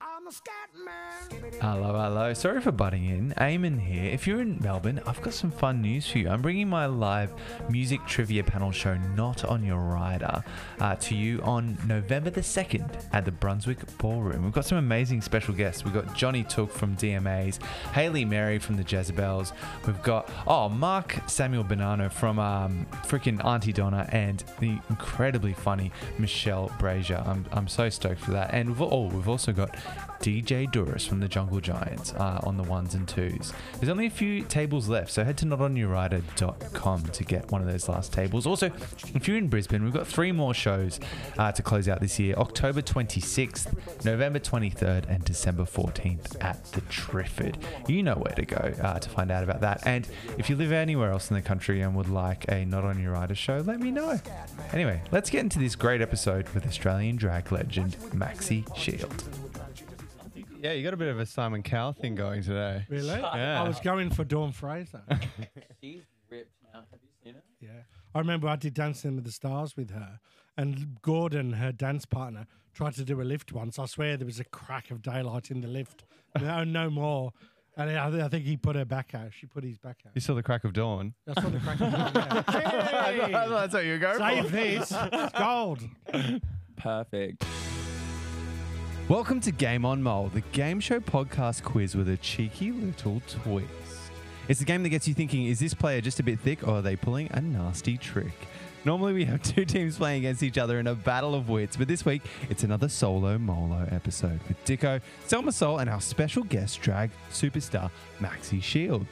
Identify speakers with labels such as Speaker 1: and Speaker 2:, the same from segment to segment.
Speaker 1: I'm a scat man.
Speaker 2: Hello, hello. Sorry for butting in. Eamon here. If you're in Melbourne, I've got some fun news for you. I'm bringing my live music trivia panel show, Not on Your Rider, uh, to you on November the 2nd at the Brunswick Ballroom. We've got some amazing special guests. We've got Johnny Took from DMAs, Haley Mary from the Jezebels. We've got, oh, Mark Samuel Bonanno from um, freaking Auntie Donna and the incredibly funny Michelle Brazier. I'm, I'm so stoked for that. And we've, oh, we've also got DJ Duras from the Jungle Giants uh, on the ones and twos. There's only a few tables left, so head to notonyourrider.com to get one of those last tables. Also, if you're in Brisbane, we've got three more shows uh, to close out this year October 26th, November 23rd, and December 14th at the Trifford. You know where to go uh, to find out about that. And if you live anywhere else in the country and would like a Not On Your Rider show, let me know. Anyway, let's get into this great episode with Australian drag legend Maxi Shield.
Speaker 3: Yeah, you got a bit of a Simon Cowell thing going today.
Speaker 4: Really?
Speaker 3: Yeah.
Speaker 4: I was going for Dawn Fraser.
Speaker 5: She's ripped now. Have you seen her?
Speaker 4: yeah. I remember I did Dancing with the Stars with her, and Gordon, her dance partner, tried to do a lift once. I swear there was a crack of daylight in the lift. No, no more. And I, th- I think he put her back out. She put his back out.
Speaker 3: You saw the crack of dawn.
Speaker 4: I saw the crack of daylight.
Speaker 3: I thought- I thought that's what you were going
Speaker 4: Save this. It's gold.
Speaker 5: Perfect.
Speaker 3: Welcome to Game On Mole, the game show podcast quiz with a cheeky little twist. It's the game that gets you thinking, is this player just a bit thick or are they pulling a nasty trick? Normally we have two teams playing against each other in a battle of wits, but this week it's another solo molo episode with Dicko, Selma Soul, and our special guest drag superstar Maxi Shield.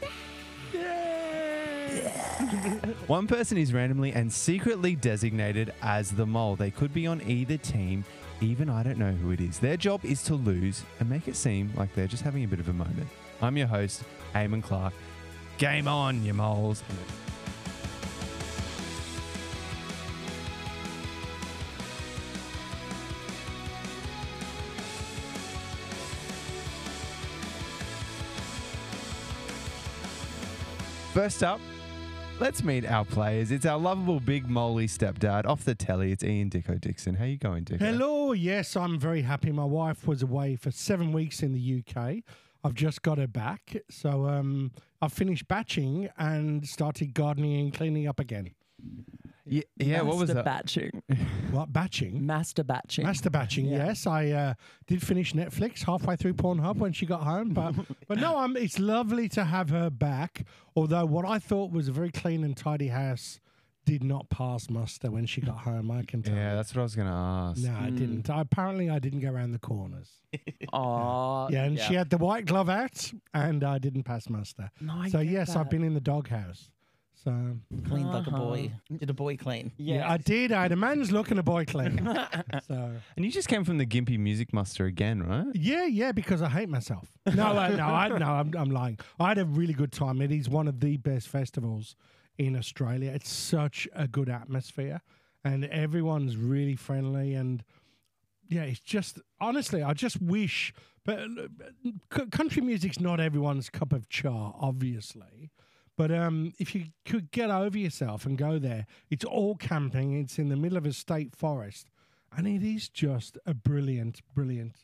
Speaker 3: One person is randomly and secretly designated as the mole. They could be on either team, even I don't know who it is. Their job is to lose and make it seem like they're just having a bit of a moment. I'm your host, Eamon Clark. Game on, you moles. First up, let's meet our players. It's our lovable big moly stepdad off the telly. It's Ian Dicko Dixon. How you going, Dicko?
Speaker 4: Hello. Yes, I'm very happy. My wife was away for seven weeks in the UK. I've just got her back. So um, I've finished batching and started gardening and cleaning up again.
Speaker 3: Yeah, yeah what was
Speaker 6: Master
Speaker 3: that?
Speaker 6: Batching.
Speaker 4: What, batching?
Speaker 6: Master batching.
Speaker 4: Master batching, yes. I uh, did finish Netflix halfway through Pornhub when she got home, but but no, i it's lovely to have her back. Although what I thought was a very clean and tidy house did not pass muster when she got home. I can tell.
Speaker 3: yeah,
Speaker 4: you.
Speaker 3: that's what I was going to ask.
Speaker 4: no, I
Speaker 7: Hmm.
Speaker 4: didn't. I, apparently, I didn't go around the corners.
Speaker 6: Aw,
Speaker 4: Yeah, and she had the white glove out, and I didn't pass muster.
Speaker 7: No, I
Speaker 4: so
Speaker 7: get
Speaker 4: yes, I've
Speaker 7: that.
Speaker 4: been in the doghouse. So
Speaker 7: cleaned like a boy. Did a boy clean?
Speaker 4: Uh-huh. yeah. I did. I had a man's look and a boy clean. so
Speaker 3: And you just came from the Gimpy Music Muster again, right?
Speaker 4: Yeah, yeah, because I hate myself. No, uh, no, I, no, I'm, I'm lying. I had a really good time. It is one of the best festivals in Australia. It's such a good atmosphere, and everyone's really friendly. And yeah, it's just honestly, I just wish. But uh, c- country music's not everyone's cup of char, obviously. But um, if you could get over yourself and go there, it's all camping. It's in the middle of a state forest, and it is just a brilliant, brilliant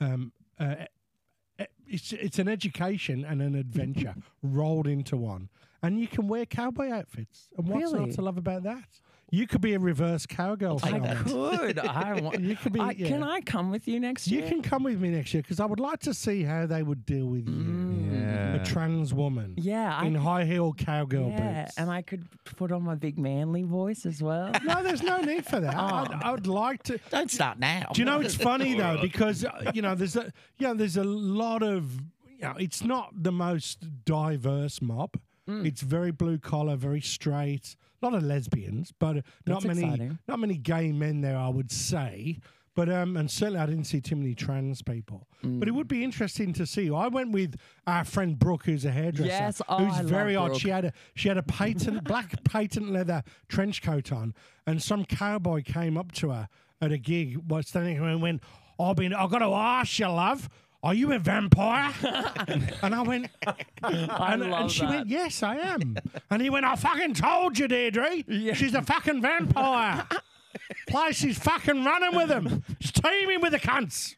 Speaker 4: um, uh, e- it's it's an education and an adventure rolled into one. And you can wear cowboy outfits. And what's
Speaker 6: Really?
Speaker 4: not to love about that? You could be a reverse cowgirl.
Speaker 6: I
Speaker 4: Simon.
Speaker 6: could. I want.
Speaker 4: You could be.
Speaker 6: I,
Speaker 4: yeah.
Speaker 6: Can I come with you next
Speaker 4: You
Speaker 6: year?
Speaker 4: can come with me next year because I would like to see how they would deal with you,
Speaker 3: Yeah.
Speaker 4: a trans woman,
Speaker 6: Mm. Yeah, I
Speaker 4: in
Speaker 6: could-
Speaker 4: high heel cowgirl
Speaker 6: Yeah,
Speaker 4: boots.
Speaker 6: and I could put on my big manly voice as well.
Speaker 4: no, there's no need for that.
Speaker 6: Oh.
Speaker 4: I'd, I'd like to.
Speaker 7: Don't start now.
Speaker 4: Do you know it's funny though because uh, you know there's a you know, there's a lot of you know it's not the most diverse mob.
Speaker 6: Hmm.
Speaker 4: It's very blue collar, very straight. A lot of lesbians, but not
Speaker 6: That's
Speaker 4: many
Speaker 6: exciting.
Speaker 4: not many gay men there, I would say. But um, and certainly I didn't see too many trans people. But
Speaker 6: Hmm.
Speaker 4: it would be interesting to see. I went with our friend Brooke, who's a hairdresser,
Speaker 6: Yes, oh,
Speaker 4: uh, who's
Speaker 6: I love
Speaker 4: very odd.
Speaker 6: Brooke.
Speaker 4: She had a she had a patent black patent leather trench coat on, and some cowboy came up to her at a gig while standing there and went, "I've been, I've got to ask you, love." Are you a vampire? and I went, and, and
Speaker 6: love
Speaker 4: she
Speaker 6: that.
Speaker 4: went, Yes, I am. and he went, I fucking told you, Deirdre. She's a fucking vampire. Place is fucking running with them. It's teeming with the cunts.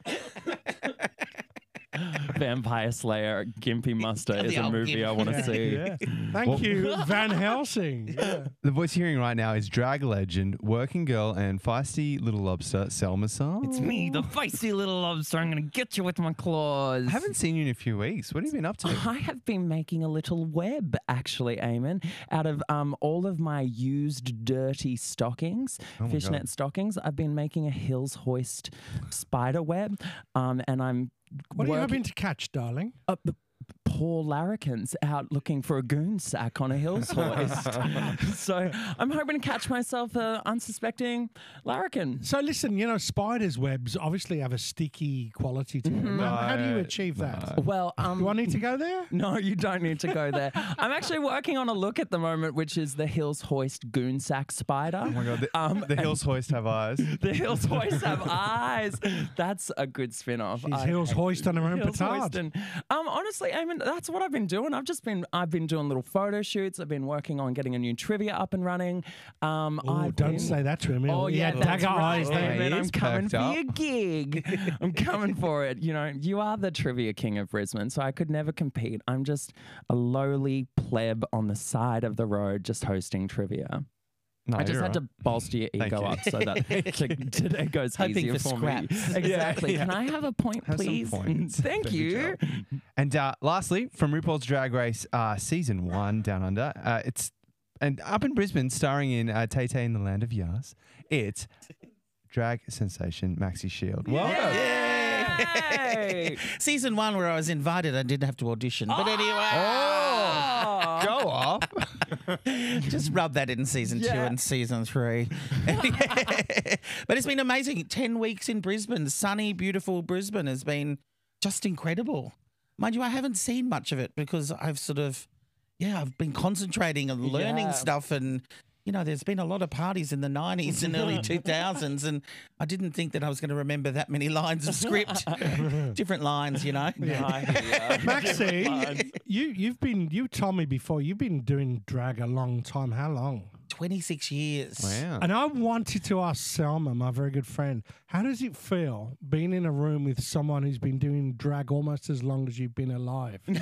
Speaker 5: Vampire Slayer Gimpy Muster is
Speaker 7: The
Speaker 5: a
Speaker 7: old
Speaker 5: movie
Speaker 7: Gimp.
Speaker 5: I want to see.
Speaker 4: Thank you, Van Helsing. Yeah.
Speaker 3: The voice you're hearing right now is drag legend, working girl, and feisty little lobster, Selma Song.
Speaker 6: It's me, the feisty little lobster. I'm going to get you with my claws.
Speaker 3: I haven't seen you in a few weeks. What have you been up to? Oh
Speaker 6: I have been making a little web, actually, Eamon, out of um, all of my used dirty stockings,
Speaker 4: Oh
Speaker 6: fishnet stockings. I've been making a Hills Hoist spider web, um, and I'm
Speaker 4: What are you
Speaker 6: working
Speaker 4: hoping to catch, darling?
Speaker 6: up the poor larrikins out looking for a goon sack on a Hills Hoist. so I'm hoping to catch myself a unsuspecting larrikin.
Speaker 4: So listen, you know, spiders' webs obviously have a sticky quality to them. How how do you achieve that?
Speaker 6: Well, um,
Speaker 4: Do I need to go there?
Speaker 6: No, you don't need to go there. I'm actually working on a look at the moment, which is the Hills Hoist Goonsack Spider. Oh my god! The, um,
Speaker 3: the hills hoist have eyes.
Speaker 6: the Hills Hoist have eyes. That's a good spin-off.
Speaker 4: These
Speaker 6: I-
Speaker 4: hills hoist on her own
Speaker 6: Hills
Speaker 4: petard.
Speaker 6: Hoist and- um, honestly, I mean, that's what I've been doing. I've just been, I've been doing little photo shoots. I've been working on getting a new trivia up and running. Um,
Speaker 4: Oh,
Speaker 6: I've
Speaker 4: don't
Speaker 6: been-
Speaker 4: say that to him. He'll-
Speaker 6: Oh
Speaker 4: he
Speaker 6: yeah,
Speaker 4: had
Speaker 6: that's
Speaker 4: dagger
Speaker 6: right.
Speaker 4: eyes.
Speaker 3: there.
Speaker 6: David.
Speaker 3: He
Speaker 6: I'm
Speaker 3: is
Speaker 6: coming
Speaker 3: perked
Speaker 6: for
Speaker 3: up.
Speaker 6: your gig. I'm coming for it. You know, you are the trivia king of Brisbane, so I could never compete. I'm just a lowly pleb on the side of the road, just hosting trivia.
Speaker 3: No,
Speaker 6: I just
Speaker 3: you're
Speaker 6: had to bolster your
Speaker 3: Thank
Speaker 6: ego
Speaker 3: you.
Speaker 6: up so that to, today goes
Speaker 7: Hoping
Speaker 6: easier
Speaker 7: for
Speaker 6: me.
Speaker 7: scraps.
Speaker 6: Exactly. Can I have a point,
Speaker 3: Have some
Speaker 6: please?
Speaker 3: points.
Speaker 6: Thank
Speaker 3: There we
Speaker 6: you.
Speaker 3: go. And uh, lastly, from RuPaul's Drag Race uh, season one, Down Under, uh, it's and up in Brisbane, starring in uh, Tay Tay in the Land of Yas, it's drag sensation Maxi Shield. Welcome.
Speaker 6: Yay!
Speaker 7: Season one, where I was invited, I didn't have to audition. But
Speaker 3: Ah!
Speaker 7: anyway,
Speaker 6: Oh.
Speaker 3: Go off.
Speaker 7: just rub that in season two
Speaker 6: Yeah.
Speaker 7: and season three. but it's been amazing. 10 weeks in Brisbane, sunny, beautiful Brisbane has been just incredible. Mind you, I haven't seen much of it because I've sort of, yeah, I've been concentrating and learning
Speaker 6: Yeah.
Speaker 7: stuff. And, you know, there's been a lot of parties in the 90s and early 2000s. And I didn't think that I was going to remember that many lines of script, different lines, you know.
Speaker 4: Maxie, you you've been you told me before you've been doing drag a long time. How long?
Speaker 7: 26 years.
Speaker 3: Wow.
Speaker 4: And I wanted to ask Selma, my very good friend, how does it feel being in a room with someone who's been doing drag almost as long as you've been alive? no,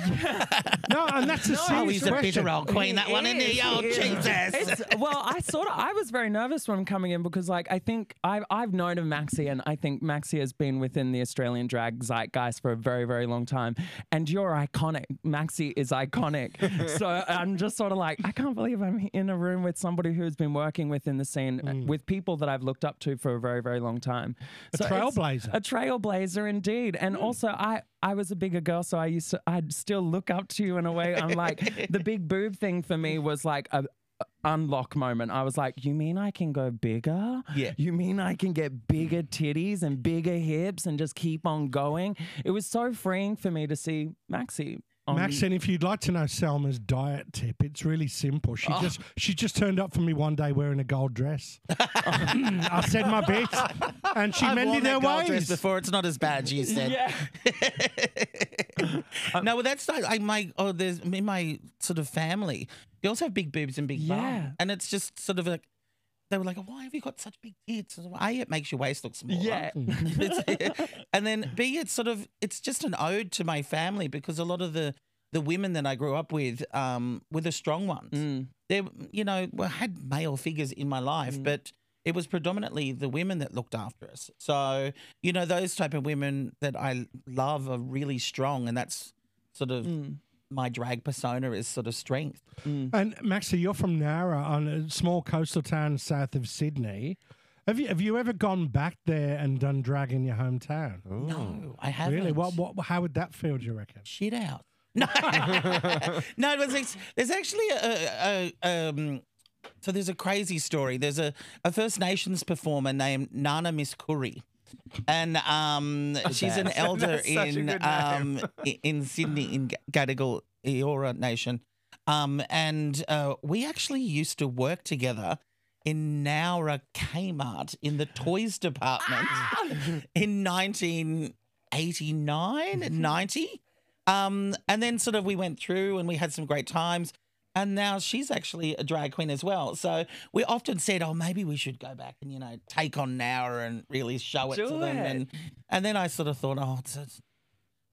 Speaker 4: and that's a
Speaker 7: Oh,
Speaker 4: serious
Speaker 7: he's a
Speaker 4: question.
Speaker 7: bitter old queen, that one, isn't he?
Speaker 6: is,
Speaker 7: Oh,
Speaker 6: is.
Speaker 7: Jesus.
Speaker 6: It's- well, I sort of I was very nervous when coming in because like I think I've I've known of Maxi and I think Maxi has been within the Australian drag zeitgeist for a very very long time, and you're iconic. Maxi is iconic, so I'm just sort of like I can't believe I'm in a room with somebody who's been working within the scene uh, with people that I've looked up to for a very very long time. So it's-
Speaker 4: trailblazer.
Speaker 6: A trailblazer indeed. And
Speaker 7: Hmm.
Speaker 6: also I I was a bigger girl, so I used to I'd still look up to you in a way. I'm like the big boob thing for me was like a a unlock moment. I was like, you mean I can go bigger?
Speaker 7: Yeah.
Speaker 6: You mean I can get bigger titties and bigger hips and just keep on going? It was so freeing for me to see Maxi. On
Speaker 7: Um,
Speaker 4: Max, and if you'd like to know Selma's diet tip, it's really simple. She
Speaker 7: Oh.
Speaker 4: just she just turned up for me one day wearing a gold dress. I said my bit, and she
Speaker 7: I've worn
Speaker 4: mended her
Speaker 7: that gold dress
Speaker 4: ways.
Speaker 7: before. It's not as bad, you said.
Speaker 6: yeah.
Speaker 7: no, well, that's like I, my oh, there's in my sort of family. Girls have big boobs and big
Speaker 6: Yeah.
Speaker 7: bum, and it's just sort of like they were like, "Why have you got such big tits?" I was like, A, it makes your waist look smaller.
Speaker 6: Yeah.
Speaker 7: It's- and then B, it's sort of it's just an ode to my family because a lot of the the women that I grew up with um, were the strong ones.
Speaker 6: Mm.
Speaker 7: They, you know, well, had male figures in my life, but it was predominantly the women that looked after us. So you know, those type of women that I love are really strong, and that's sort of
Speaker 6: Mm.
Speaker 7: my drag persona is sort of strength.
Speaker 4: And Maxie, you're from Nara, on a small coastal town south of Sydney. Have you have you ever gone back there and done drag in your hometown?
Speaker 7: No, I haven't.
Speaker 4: Really? What, what? How would that feel? Do you reckon?
Speaker 7: shit out. No, no. It was, it's, there's actually a, a um, so there's a crazy story. There's a, a First Nations performer named Nana Miss Curry, and um, she's an elder in um, i- in Sydney in G- Gadigal Eora Nation, um, and uh, we actually used to work together. In Nowra Kmart in the toys department
Speaker 6: Ah!
Speaker 7: in 1989
Speaker 6: Mm-hmm.
Speaker 7: and 90. Um, and then sort of we went through and we had some great times. And now she's actually a drag queen as well. So we often said, oh, maybe we should go back and, you know, take on Nowra and really show it
Speaker 6: Do
Speaker 7: to them.
Speaker 6: it.
Speaker 7: And, and then I sort of thought, oh, it's, it's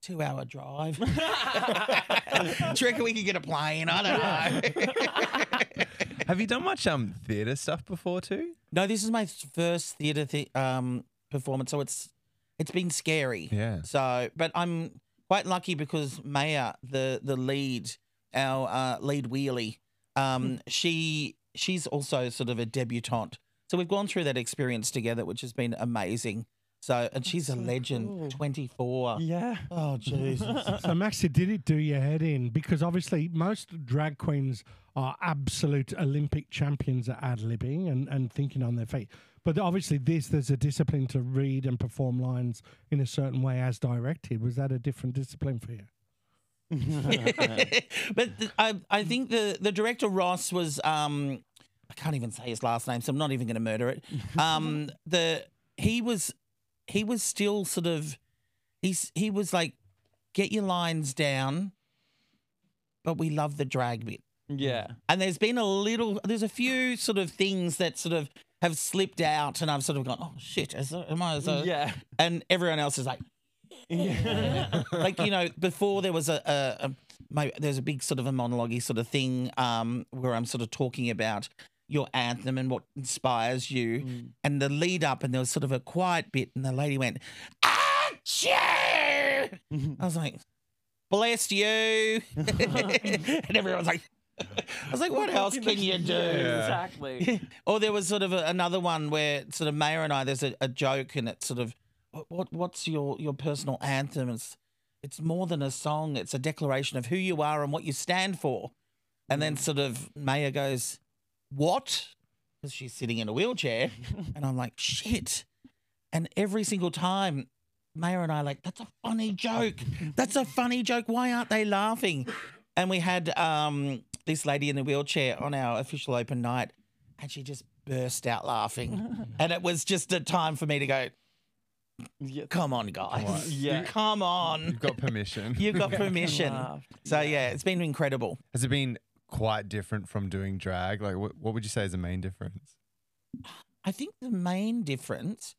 Speaker 7: two hour drive. Do you reckon we could get a plane? I don't know.
Speaker 2: Have you done much um theatre stuff before too?
Speaker 7: no, this is my first theatre thi- um, performance, so it's it's been scary.
Speaker 2: Yeah.
Speaker 7: So, but I'm quite lucky because Maya, the the lead, our uh, lead wheelie, um, she she's also sort of a debutante. So we've gone through that experience together, which has been amazing. So, and she's a legend, 24.
Speaker 6: Yeah.
Speaker 7: Oh, Jesus.
Speaker 4: So, Maxi, did it do your head in? Because obviously, most drag queens are absolute Olympic champions at ad libbing and, and thinking on their feet. But obviously, this there's a discipline to read and perform lines in a certain way as directed. Was that a different discipline for you?
Speaker 7: but th- I, I think the, the director Ross was um, I can't even say his last name, so I'm not even going to murder it. Um, the he was he was still sort of he's he was like get your lines down, but we love the drag bit.
Speaker 6: Yeah.
Speaker 7: And there's been a little, there's a few sort of things that sort of have slipped out, and I've sort of gone, oh shit, is there, am I? Is there-"
Speaker 6: Yeah.
Speaker 7: And everyone else is like, like you know, before there was a, a, a my, there's a big sort of a monologue sort of thing um, where I'm sort of talking about your anthem and what inspires you, and the lead up, and there was sort of a quiet bit, and the lady went, "Achoo!" I was like, "Bless you," and everyone's like. I was like, what else can you do?
Speaker 6: Exactly.
Speaker 7: Or there was sort of a, another one where sort of Mayor and I, there's a, a joke and it's sort of, "What- what what's your your personal anthem? It's it's more than a song. It's a declaration of who you are and what you stand for. And then sort of Mayor goes, what? Because she's sitting in a wheelchair, and I'm like, shit. And every single time. Mayor and I are like, that's a funny joke. That's a funny joke. Why aren't they laughing? And we had um, this lady in the wheelchair on our official open night, and she just burst out laughing. and it was just a time for me to go,
Speaker 6: Yeah.
Speaker 7: come on, guys.
Speaker 6: Yeah.
Speaker 7: Come on.
Speaker 3: You've got permission.
Speaker 7: You've got permission.
Speaker 6: laughed.
Speaker 7: So, yeah, it's been incredible.
Speaker 3: Has it been quite different from doing drag? Like, what, what would you say is the main difference?
Speaker 7: I think the main difference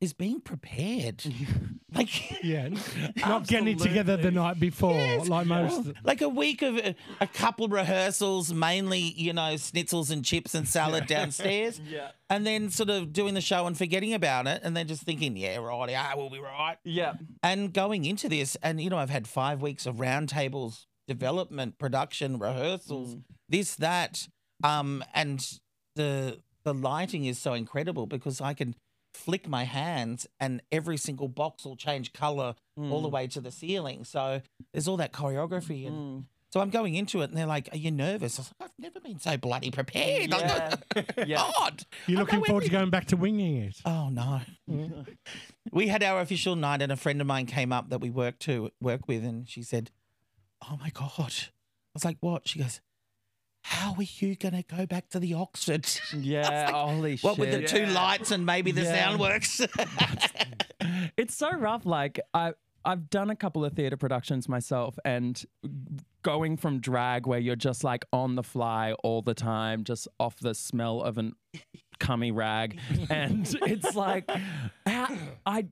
Speaker 7: is being prepared. like,
Speaker 4: Yeah, not getting it together the night before,
Speaker 7: Yes. Oh,
Speaker 4: like most.
Speaker 7: like a week of uh, a couple rehearsals, mainly, you know, schnitzels and chips and salad downstairs.
Speaker 6: Yeah.
Speaker 7: And then sort of doing the show and forgetting about it and then just thinking, yeah, right, yeah, we'll be right.
Speaker 6: Yeah.
Speaker 7: And going into this, and, you know, I've had five weeks of roundtables, development, production, rehearsals,
Speaker 6: Mm.
Speaker 7: this, that. Um, and the the lighting is so incredible because I can flick my hands and every single box will change color all
Speaker 6: Mm.
Speaker 7: the way to the ceiling. So there's all that choreography and
Speaker 6: Mm.
Speaker 7: so I'm going into it, and they're like, "Are you nervous?" I was like, "I've never been so bloody prepared."
Speaker 6: Yeah.
Speaker 7: Like,
Speaker 6: Yeah.
Speaker 7: God,
Speaker 4: You're
Speaker 7: I
Speaker 4: looking
Speaker 7: know
Speaker 4: forward to
Speaker 7: every-
Speaker 4: going back to winging it.
Speaker 7: Oh no, we had our official night, and a friend of mine came up that we worked to work with, and she said, "Oh my God," I was like, "What?" She goes, "How are you going to go back to the Oxford?"
Speaker 6: Yeah. Holy shit.
Speaker 7: What with the two lights and maybe the
Speaker 6: Yeah.
Speaker 7: sound works?
Speaker 6: It's so rough. Like I, I've done a couple of theatre productions myself, and going from drag where you're just like on the fly all the time, just off the smell of an cummy rag, and it's like, how- I.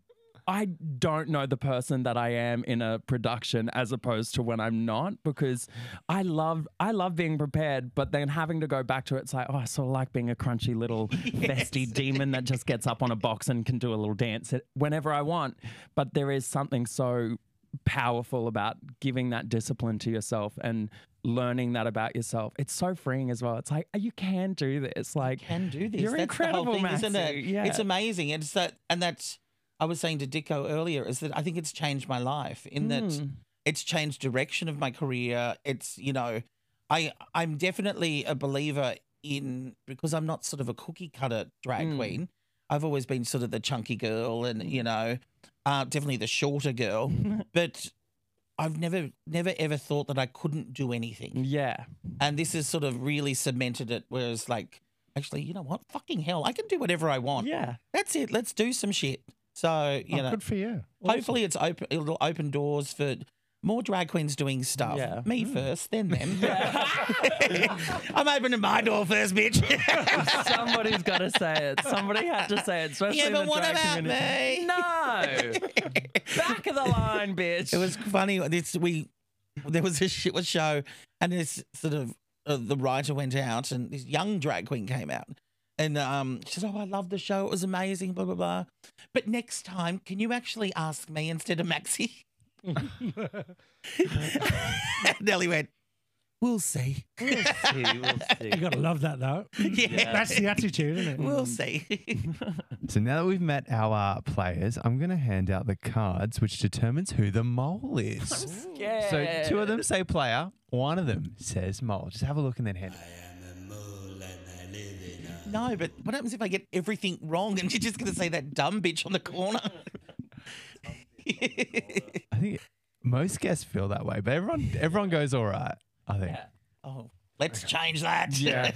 Speaker 6: I don't know the person that I am in a production as opposed to when I'm not because I love I love being prepared, but then having to go back to it, it's like, oh, I sort of like being a crunchy little festy demon that just gets up on a box and can do a little dance at- whenever I want. But there is something so powerful about giving that discipline to yourself and learning that about yourself. It's so freeing as well. It's like you can do this. Like
Speaker 7: can do this.
Speaker 6: You're
Speaker 7: That's
Speaker 6: incredible,
Speaker 7: the whole thing, isn't it?
Speaker 6: Maxi. Yeah.
Speaker 7: It's amazing. It's that, and that's. I was saying to Dicko earlier is that I think it's changed my life in
Speaker 6: Hmm.
Speaker 7: that it's changed direction of my career. It's you know, I I'm definitely a believer in because I'm not sort of a cookie cutter drag
Speaker 6: Hmm.
Speaker 7: queen. I've always been sort of the chunky girl, and you know, uh, definitely the shorter girl, but. I've never, never, ever thought that I couldn't do anything.
Speaker 6: yeah.
Speaker 7: And this has sort of really cemented it, whereas like, actually, you know what? Fucking hell, I can do whatever I want.
Speaker 6: Yeah.
Speaker 7: That's it. Let's do some shit. So, you
Speaker 4: Oh,
Speaker 7: know,
Speaker 4: good for you.
Speaker 7: hopefully it's open it'll open doors for more drag queens doing stuff.
Speaker 6: Yeah. Hmm.
Speaker 7: Me first, then them. I'm opening my door first, bitch.
Speaker 6: Somebody's got to say it. Somebody had to say it, especially
Speaker 7: yeah,
Speaker 6: in
Speaker 7: but
Speaker 6: the
Speaker 7: what
Speaker 6: drag
Speaker 7: about
Speaker 6: community.
Speaker 7: me?
Speaker 6: No, back of the line, bitch.
Speaker 7: It was funny. This we there was a shit was show, and this sort of uh, the writer went out, and this young drag queen came out, and um, she said, "Oh, I love the show. It was amazing." Blah blah blah. But next time, can you actually ask me instead of Maxie? Nelly went. We'll see.
Speaker 4: You gotta love that though.
Speaker 7: Yeah.
Speaker 4: That's the attitude, isn't it?
Speaker 7: We'll see.
Speaker 3: So now that we've met our players, I'm going to hand out the cards, which determines who the mole is.
Speaker 6: yeah.
Speaker 3: So two of them say player, one of them says mole. Just have a look and then hand. it.
Speaker 7: no, but what happens if I get everything wrong and you're just going to say that dumb bitch on the corner?
Speaker 3: I think most guests feel that way, but everyone everyone goes all right. I think.
Speaker 7: oh, let's change that.
Speaker 6: Yeah,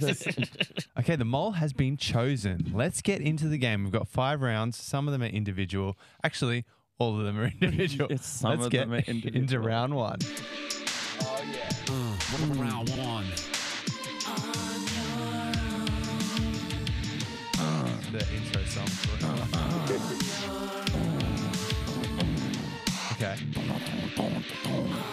Speaker 3: Okay, the mole has been chosen. Let's get into the game. We've got five rounds. Some of them are individual. Actually, all of them are individual.
Speaker 6: Yes, some
Speaker 3: Let's
Speaker 6: of
Speaker 3: get
Speaker 6: them are
Speaker 3: into
Speaker 6: individual.
Speaker 3: round one.
Speaker 1: Mm. Round one.
Speaker 3: Uh, the intro song. For it.
Speaker 1: Uh,
Speaker 3: okay.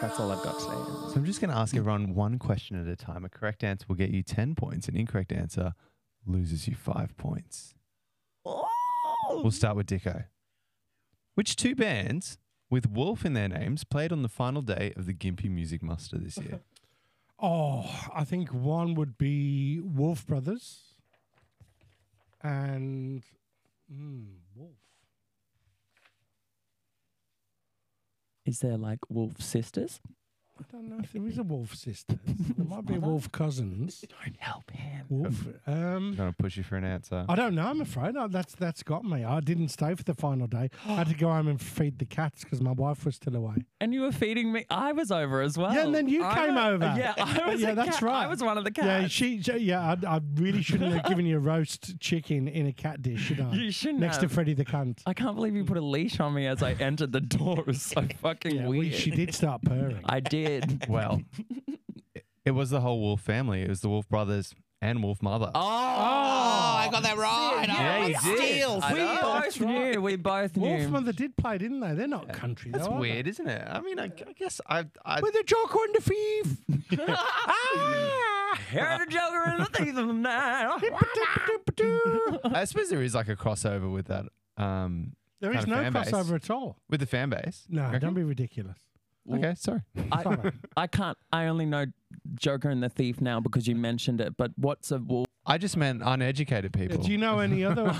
Speaker 6: That's all I've got to say.
Speaker 3: So I'm just going to ask everyone one question at a time. A correct answer will get you 10 points. An incorrect answer loses you five points. Oh! We'll start with Dicko. Which two bands with Wolf in their names played on the final day of the Gimpy Music Muster this year?
Speaker 4: Oh, I think one would be Wolf Brothers and mm, Wolf.
Speaker 6: Is there like wolf sisters?
Speaker 4: I don't know if there is a Wolf sisters. There might be Wolf cousins.
Speaker 6: Don't help him.
Speaker 4: Wolf. Um,
Speaker 3: Trying to push you for an answer.
Speaker 4: I don't know. I'm afraid I, that's that's got me. I didn't stay for the final day. I had to go home and feed the cats because my wife was still away.
Speaker 6: And you were feeding me. I was over as well.
Speaker 4: Yeah, and then you
Speaker 6: Oh, I
Speaker 4: came
Speaker 6: wa-
Speaker 4: over. Oh,
Speaker 6: Yeah, I was.
Speaker 4: yeah,
Speaker 6: a
Speaker 4: that's
Speaker 6: cat.
Speaker 4: right.
Speaker 6: I was one of the cats.
Speaker 4: Yeah, she. she- Yeah, I, I really shouldn't have given you a roast chicken in a cat dish, should I?
Speaker 6: You shouldn't
Speaker 4: Next
Speaker 6: have.
Speaker 4: to Freddie the cunt.
Speaker 6: I can't believe you put a leash on me as I entered the door. It was so fucking
Speaker 4: Yeah, we-
Speaker 6: weird.
Speaker 4: she did start purring.
Speaker 6: I did.
Speaker 3: Well, it- it was the whole Wolf family. It was the Wolf brothers and Wolf mother.
Speaker 6: Oh,
Speaker 7: Oh, I got that right.
Speaker 3: Yeah,
Speaker 7: oh,
Speaker 3: you
Speaker 7: steal,
Speaker 3: did.
Speaker 7: steal.
Speaker 6: We both knew. We both
Speaker 4: Wolf
Speaker 6: knew.
Speaker 4: Mother did play, didn't they? They're not country.
Speaker 3: That's
Speaker 4: though, are they?
Speaker 3: weird, isn't it? I mean, I, I guess I. I
Speaker 4: With a joke on the thief.
Speaker 6: Ah, Heard the Joker and the thief of the night.
Speaker 3: I suppose there is like a crossover with that, um,
Speaker 4: There is
Speaker 3: Kind
Speaker 4: no
Speaker 3: of fan base.
Speaker 4: crossover at all.
Speaker 3: with the fan base.
Speaker 4: No,
Speaker 3: Reckon?
Speaker 4: don't be ridiculous.
Speaker 3: Okay, sorry.
Speaker 6: I,
Speaker 4: Sorry.
Speaker 6: I can't. I only know Joker and the Thief now because you mentioned it. But what's a wolf?
Speaker 3: I just meant uneducated people.
Speaker 4: Do you know any other?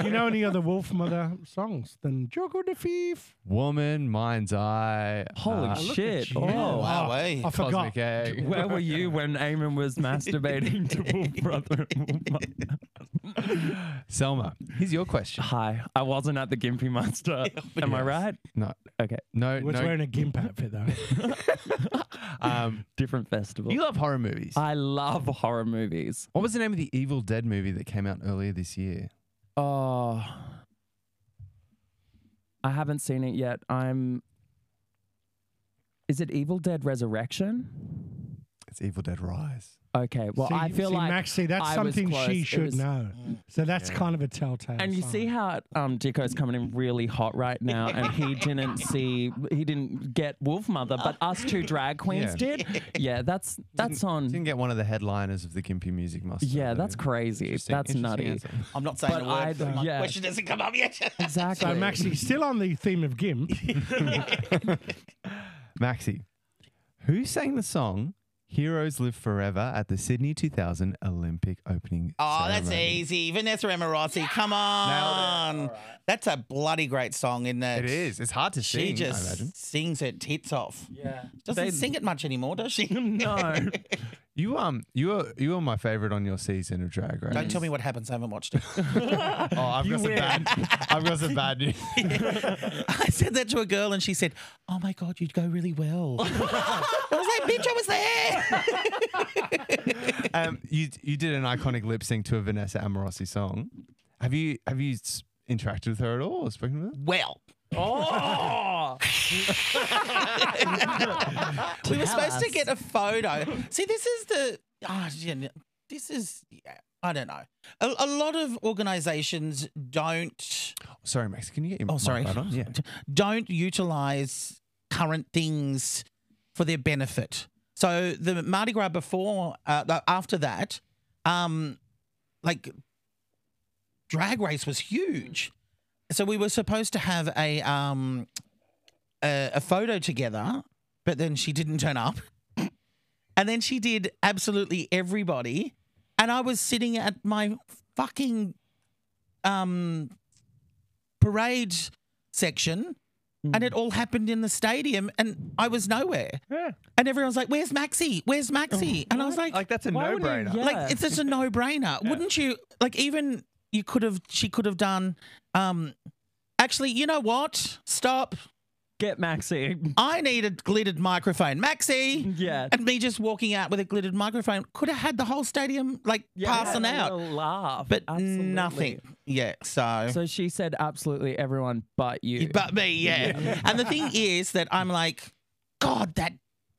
Speaker 4: do you know any other Wolf Mother songs than joke on the thief?
Speaker 3: Woman, mind's eye.
Speaker 6: Holy
Speaker 3: uh,
Speaker 6: shit!
Speaker 4: Ah. you.
Speaker 6: Oh,
Speaker 7: Wow, eh?
Speaker 4: I forgot.
Speaker 3: Cosmic egg.
Speaker 6: where were you when Eamon was masturbating to Wolf Brother? And Wolf Mother?
Speaker 3: Selma, here's your question.
Speaker 6: Hi, I wasn't at the Gimpy Monster. Am I right?
Speaker 3: No,
Speaker 6: Okay,
Speaker 3: no,
Speaker 4: Was
Speaker 3: no.
Speaker 4: wearing a gimp outfit though.
Speaker 3: Um,
Speaker 6: different festival.
Speaker 3: you love horror movies.
Speaker 6: I love horror movies.
Speaker 3: What was the name of the Evil Dead movie that came out earlier this year?
Speaker 6: Oh, I haven't seen it yet. I'm. Is it Evil Dead Resurrection?
Speaker 3: It's Evil Dead Rise.
Speaker 6: Okay. Well,
Speaker 4: see,
Speaker 6: I feel
Speaker 4: see,
Speaker 6: like
Speaker 4: Max, see, that's
Speaker 6: I was
Speaker 4: something
Speaker 6: close.
Speaker 4: she
Speaker 6: It
Speaker 4: should
Speaker 6: was- Mm.
Speaker 4: know. So that's kind of a telltale.
Speaker 6: And you
Speaker 4: sign.
Speaker 6: see how um, Dicko's coming in really hot right now, and he didn't see, he didn't get Wolf Mother, but us two drag queens
Speaker 3: Yeah.
Speaker 6: did. Yeah, that's that's on.
Speaker 3: Didn't get one of the headliners of the Gimpy Music Muster.
Speaker 6: Yeah, that's
Speaker 3: though.
Speaker 6: crazy.
Speaker 3: Interesting-
Speaker 6: That's
Speaker 3: interesting
Speaker 6: nutty.
Speaker 3: answer.
Speaker 7: I'm not saying
Speaker 6: But
Speaker 7: a word.
Speaker 6: I-
Speaker 7: so my
Speaker 6: yeah.
Speaker 7: question doesn't come up yet.
Speaker 6: Exactly.
Speaker 4: So Maxie's still on the theme of gimp.
Speaker 3: Maxi, who sang the song Heroes Live Forever at the Sydney 2000 Olympic opening?
Speaker 7: oh, that's
Speaker 3: ceremony?
Speaker 7: easy. Vanessa Amorosi, come on. That's a bloody great song, isn't it?
Speaker 3: It is. It's hard to
Speaker 7: She
Speaker 3: sing, I imagine.
Speaker 7: just sings her tits off. Yeah. Doesn't
Speaker 6: They-
Speaker 7: sing it much anymore, does she?
Speaker 6: no.
Speaker 3: You um you were you were my favorite on your season of Drag Race.
Speaker 7: Don't tell me what happens. I haven't watched it.
Speaker 3: Oh, I've got some bad I've got some bad news.
Speaker 7: I said that to a girl and she said, Oh my God, you'd go really well. I was like, Bitch, I was there.
Speaker 3: Um you you did an iconic lip sync to a Vanessa Amorosi song. Have you have you s- interacted with her at all or spoken with her?
Speaker 7: well,
Speaker 6: Oh,
Speaker 7: we were supposed to get a photo. See, this is the. ah, yeah, no, this is. yeah, I don't know. A, a lot of organisations don't
Speaker 3: Sorry, Max. Can you get your
Speaker 7: Oh, sorry.
Speaker 3: microphone on? Yeah.
Speaker 7: don't utilize current things for their benefit. So the Mardi Gras before, uh, the- after that, um, like drag race was huge. So we were supposed to have a um, a, a photo together, but then she didn't turn up, and then she did absolutely everybody, and I was sitting at my fucking um, parade section
Speaker 6: Hmm.
Speaker 7: and it all happened in the stadium and I was nowhere.
Speaker 2: Yeah.
Speaker 7: And everyone was like, Where's Maxi?
Speaker 6: Oh,
Speaker 7: Where's Maxi? and I was like,
Speaker 2: Like, that's a
Speaker 6: Why
Speaker 2: no
Speaker 6: would you-
Speaker 2: brainer.
Speaker 6: yeah.
Speaker 7: like it's just a no brainer. Wouldn't you like even you could have she could have done um actually, you know what? Stop.
Speaker 6: Get Maxi.
Speaker 7: I need a glittered microphone. Maxi
Speaker 6: Yeah.
Speaker 7: and me just walking out with a glittered microphone could have had the whole stadium like
Speaker 6: Yeah,
Speaker 7: passing
Speaker 6: and
Speaker 7: out.
Speaker 6: a Laugh.
Speaker 7: But
Speaker 6: Absolutely.
Speaker 7: nothing. Yeah.
Speaker 6: So she said absolutely everyone but you.
Speaker 7: But me, yeah. And the thing is that I'm like, God, that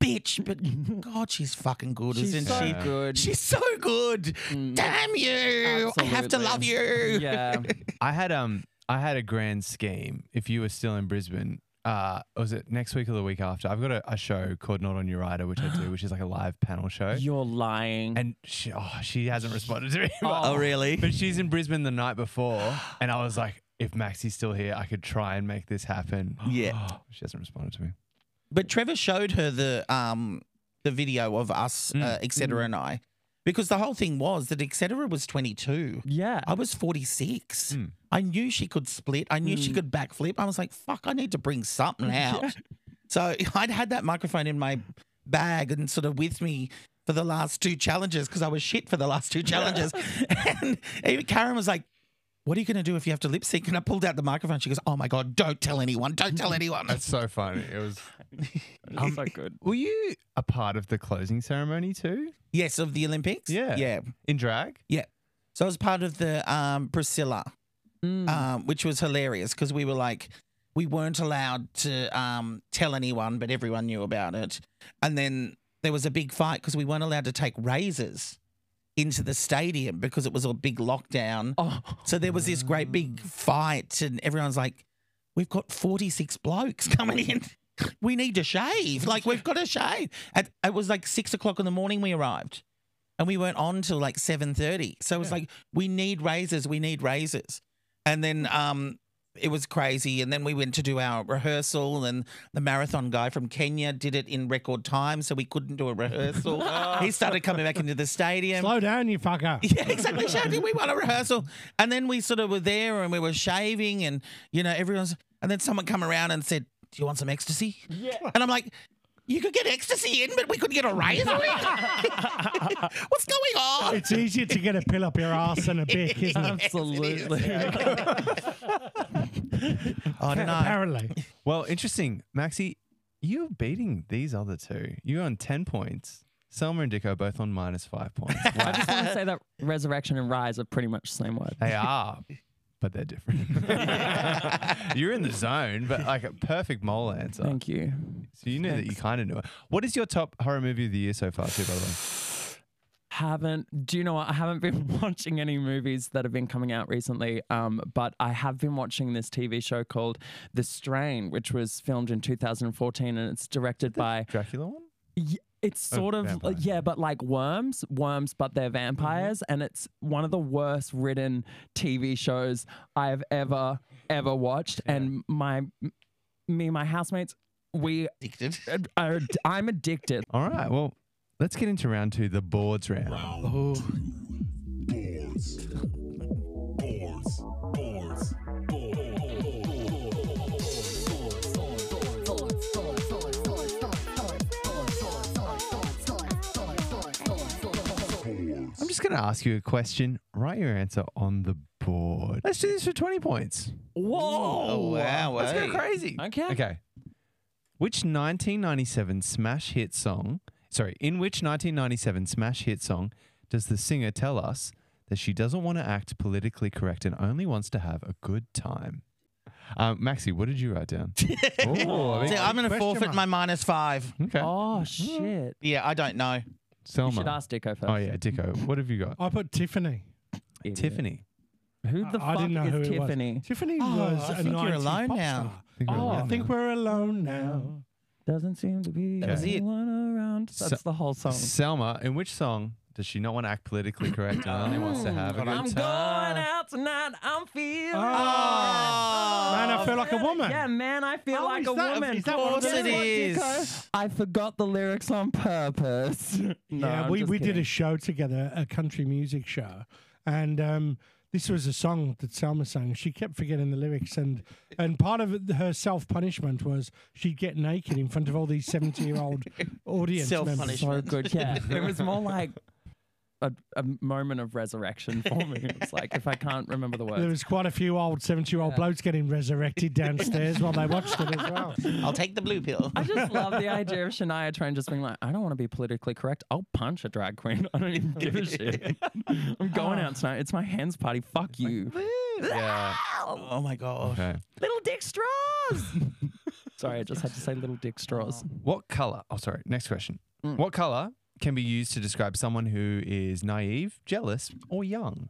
Speaker 7: bitch. But God, she's fucking good,
Speaker 6: She's
Speaker 7: isn't
Speaker 6: so
Speaker 7: she?
Speaker 6: good.
Speaker 7: She's so good. Damn you! I have to
Speaker 6: Absolutely.
Speaker 7: love you.
Speaker 6: yeah.
Speaker 3: I had um I had a grand scheme. If you were still in Brisbane, uh, was it next week or the week after? I've got a, a show called Not on Your Rider, which I do, which is like a live panel show.
Speaker 6: You're lying.
Speaker 3: and she, oh, she hasn't responded to me.
Speaker 7: Oh, really?
Speaker 3: But she's in Brisbane the night before, and I was like, if Maxi's still here, I could try and make this happen.
Speaker 7: Yeah.
Speaker 3: she hasn't responded to me.
Speaker 7: But Trevor showed her the um the video of us,
Speaker 6: Mm.
Speaker 7: uh, etc. and I, because the whole thing was that etc. was 22.
Speaker 6: yeah.
Speaker 7: I was 46. I knew she could split. I knew she could backflip. I was like, fuck, I need to bring something out. So I'd had that microphone in my bag and sort of with me for the last two challenges because I was shit for the last two challenges. and even Karen was like, what are you going to do if you have to lip sync? And I pulled out the microphone. She goes, oh my God, don't tell anyone. Don't tell anyone.
Speaker 3: That's so funny. It was.
Speaker 6: I'm so good.
Speaker 3: Were you a part of the closing ceremony too?
Speaker 7: yes, of the Olympics?
Speaker 3: Yeah.
Speaker 7: Yeah.
Speaker 3: In drag?
Speaker 7: Yeah. So I was part of the um, Priscilla,
Speaker 6: Mm.
Speaker 7: um, which was hilarious because we were like, we weren't allowed to um, tell anyone, but everyone knew about it. And then there was a big fight because we weren't allowed to take razors into the stadium because it was a big lockdown.
Speaker 6: Oh.
Speaker 7: So there was this great big fight, and everyone's like, we've got 46 blokes coming in. We need to shave. Like, we've got to shave. At, it was like six o'clock in the morning we arrived and we weren't on till like 7.30 so it was like we need razors we need razors and then um it was crazy and then we went to do our rehearsal and the marathon guy from kenya did it in record time so we couldn't do a rehearsal he started coming back into the stadium
Speaker 4: Slow down, you fucker.
Speaker 7: yeah, exactly. Shandy, we want a rehearsal. And then we sort of were there and we were shaving and, you know, everyone's, and then someone come around and said, do you want some ecstasy? Yeah. And I'm like, you could get ecstasy in, but we could get a razor in? What's going on?
Speaker 4: It's easier to get a pill up your ass than a bick, isn't it?
Speaker 6: Absolutely.
Speaker 7: I don't know.
Speaker 4: Apparently.
Speaker 3: Well, interesting. Maxi, you're beating these other two. You're on 10 points. Selma and Dicko both on minus five points.
Speaker 6: I just want to say that resurrection and rise are pretty much the same word.
Speaker 3: They are, but they're different. You're in the zone, but like a perfect mole answer.
Speaker 6: Thank you.
Speaker 3: So you knew that you kind of knew it. What is your top horror movie of the year so far, too, by the way?
Speaker 6: Haven't do you know what? I haven't been watching any movies that have been coming out recently. Um, but I have been watching this TV show called The Strain, which was filmed in 2014 and it's directed by
Speaker 3: Dracula one?
Speaker 6: Y- it's sort of uh,
Speaker 3: vampire.
Speaker 6: yeah, but like worms, worms, but they're vampires, and it's one of the worst written TV shows I have ever ever watched. And my me, and my housemates, we
Speaker 7: Addicted.
Speaker 6: are I'm addicted.
Speaker 3: All right. Well, let's get into round two, the boards round. I'm just going to ask you a question. Write your answer on the board. Let's do this for 20 points.
Speaker 7: Oh, wow.
Speaker 3: Let's
Speaker 7: hey.
Speaker 3: go crazy.
Speaker 6: Okay.
Speaker 3: Okay. Which 1997 smash hit song, sorry, in which 1997 smash hit song does the singer tell us that she doesn't want to act politically correct and only wants to have a good time? Um, Maxi, what did you write down? oh, I
Speaker 7: See,
Speaker 3: think-
Speaker 7: I'm going to
Speaker 4: Question
Speaker 7: forfeit
Speaker 4: mark.
Speaker 7: my minus five.
Speaker 3: okay.
Speaker 6: Oh shit!
Speaker 7: Yeah, I don't know.
Speaker 6: You
Speaker 3: Selma.
Speaker 6: should ask Dicko first.
Speaker 3: oh yeah, Dicko. What have you got?
Speaker 4: I put Tiffany.
Speaker 6: Idiot.
Speaker 3: Tiffany.
Speaker 6: Who the
Speaker 4: I
Speaker 6: fuck
Speaker 4: didn't know who
Speaker 6: is
Speaker 4: it was.
Speaker 6: Tiffany?
Speaker 4: Tiffany
Speaker 7: Oh,
Speaker 4: was
Speaker 7: I
Speaker 4: a
Speaker 7: think you're
Speaker 4: 90s
Speaker 7: alone
Speaker 4: pop
Speaker 7: now.
Speaker 4: star.
Speaker 3: I think we're
Speaker 6: Oh,
Speaker 3: allowed
Speaker 4: I think we're alone now.
Speaker 6: Doesn't seem to be
Speaker 3: That was
Speaker 7: it.
Speaker 6: anyone around.
Speaker 3: So-
Speaker 6: That's the whole
Speaker 3: now.
Speaker 6: song.
Speaker 3: Selma, in which song does she not want to act politically correct and only wants to have a
Speaker 7: God,
Speaker 3: good
Speaker 7: I'm
Speaker 6: I'm
Speaker 3: time?
Speaker 6: going out tonight. I'm feeling.
Speaker 4: Oh. Man, I feel like a woman.
Speaker 6: Yeah, man, I feel
Speaker 4: Oh,
Speaker 6: like
Speaker 4: is
Speaker 6: a
Speaker 4: that-
Speaker 6: woman.
Speaker 4: is that
Speaker 7: Of
Speaker 4: what
Speaker 7: course
Speaker 4: it
Speaker 7: it
Speaker 6: is?
Speaker 7: is.
Speaker 6: I forgot the lyrics on purpose. No,
Speaker 4: yeah,
Speaker 6: I'm
Speaker 4: we,
Speaker 6: just
Speaker 4: we did
Speaker 6: kidding.
Speaker 4: a show together, a country music show, and um, this was a song that Selma sang. She kept forgetting the lyrics, and and part of it- her self punishment was she'd get naked in front of all these seventy year old audience members.
Speaker 7: Self-punishment.
Speaker 6: so good. Yeah, it was more like a, a moment of resurrection for me. It was like if I can't remember the
Speaker 4: There
Speaker 6: words.
Speaker 4: was quite a few old seventy year old blokes getting resurrected downstairs while they watched it as well.
Speaker 7: I'll take the blue pill.
Speaker 6: I just love the idea of Shania Twain just being like, I don't want to be politically correct. I'll punch a drag queen. I don't even give a shit. I'm going out tonight. It's my hands party. Fuck you.
Speaker 3: Yeah.
Speaker 7: Oh my god.
Speaker 3: Okay.
Speaker 6: little dick straws. Sorry, I just had to say little dick straws.
Speaker 3: What color? Oh, sorry. Next question. What color can be used to describe someone who is naive, jealous, or young?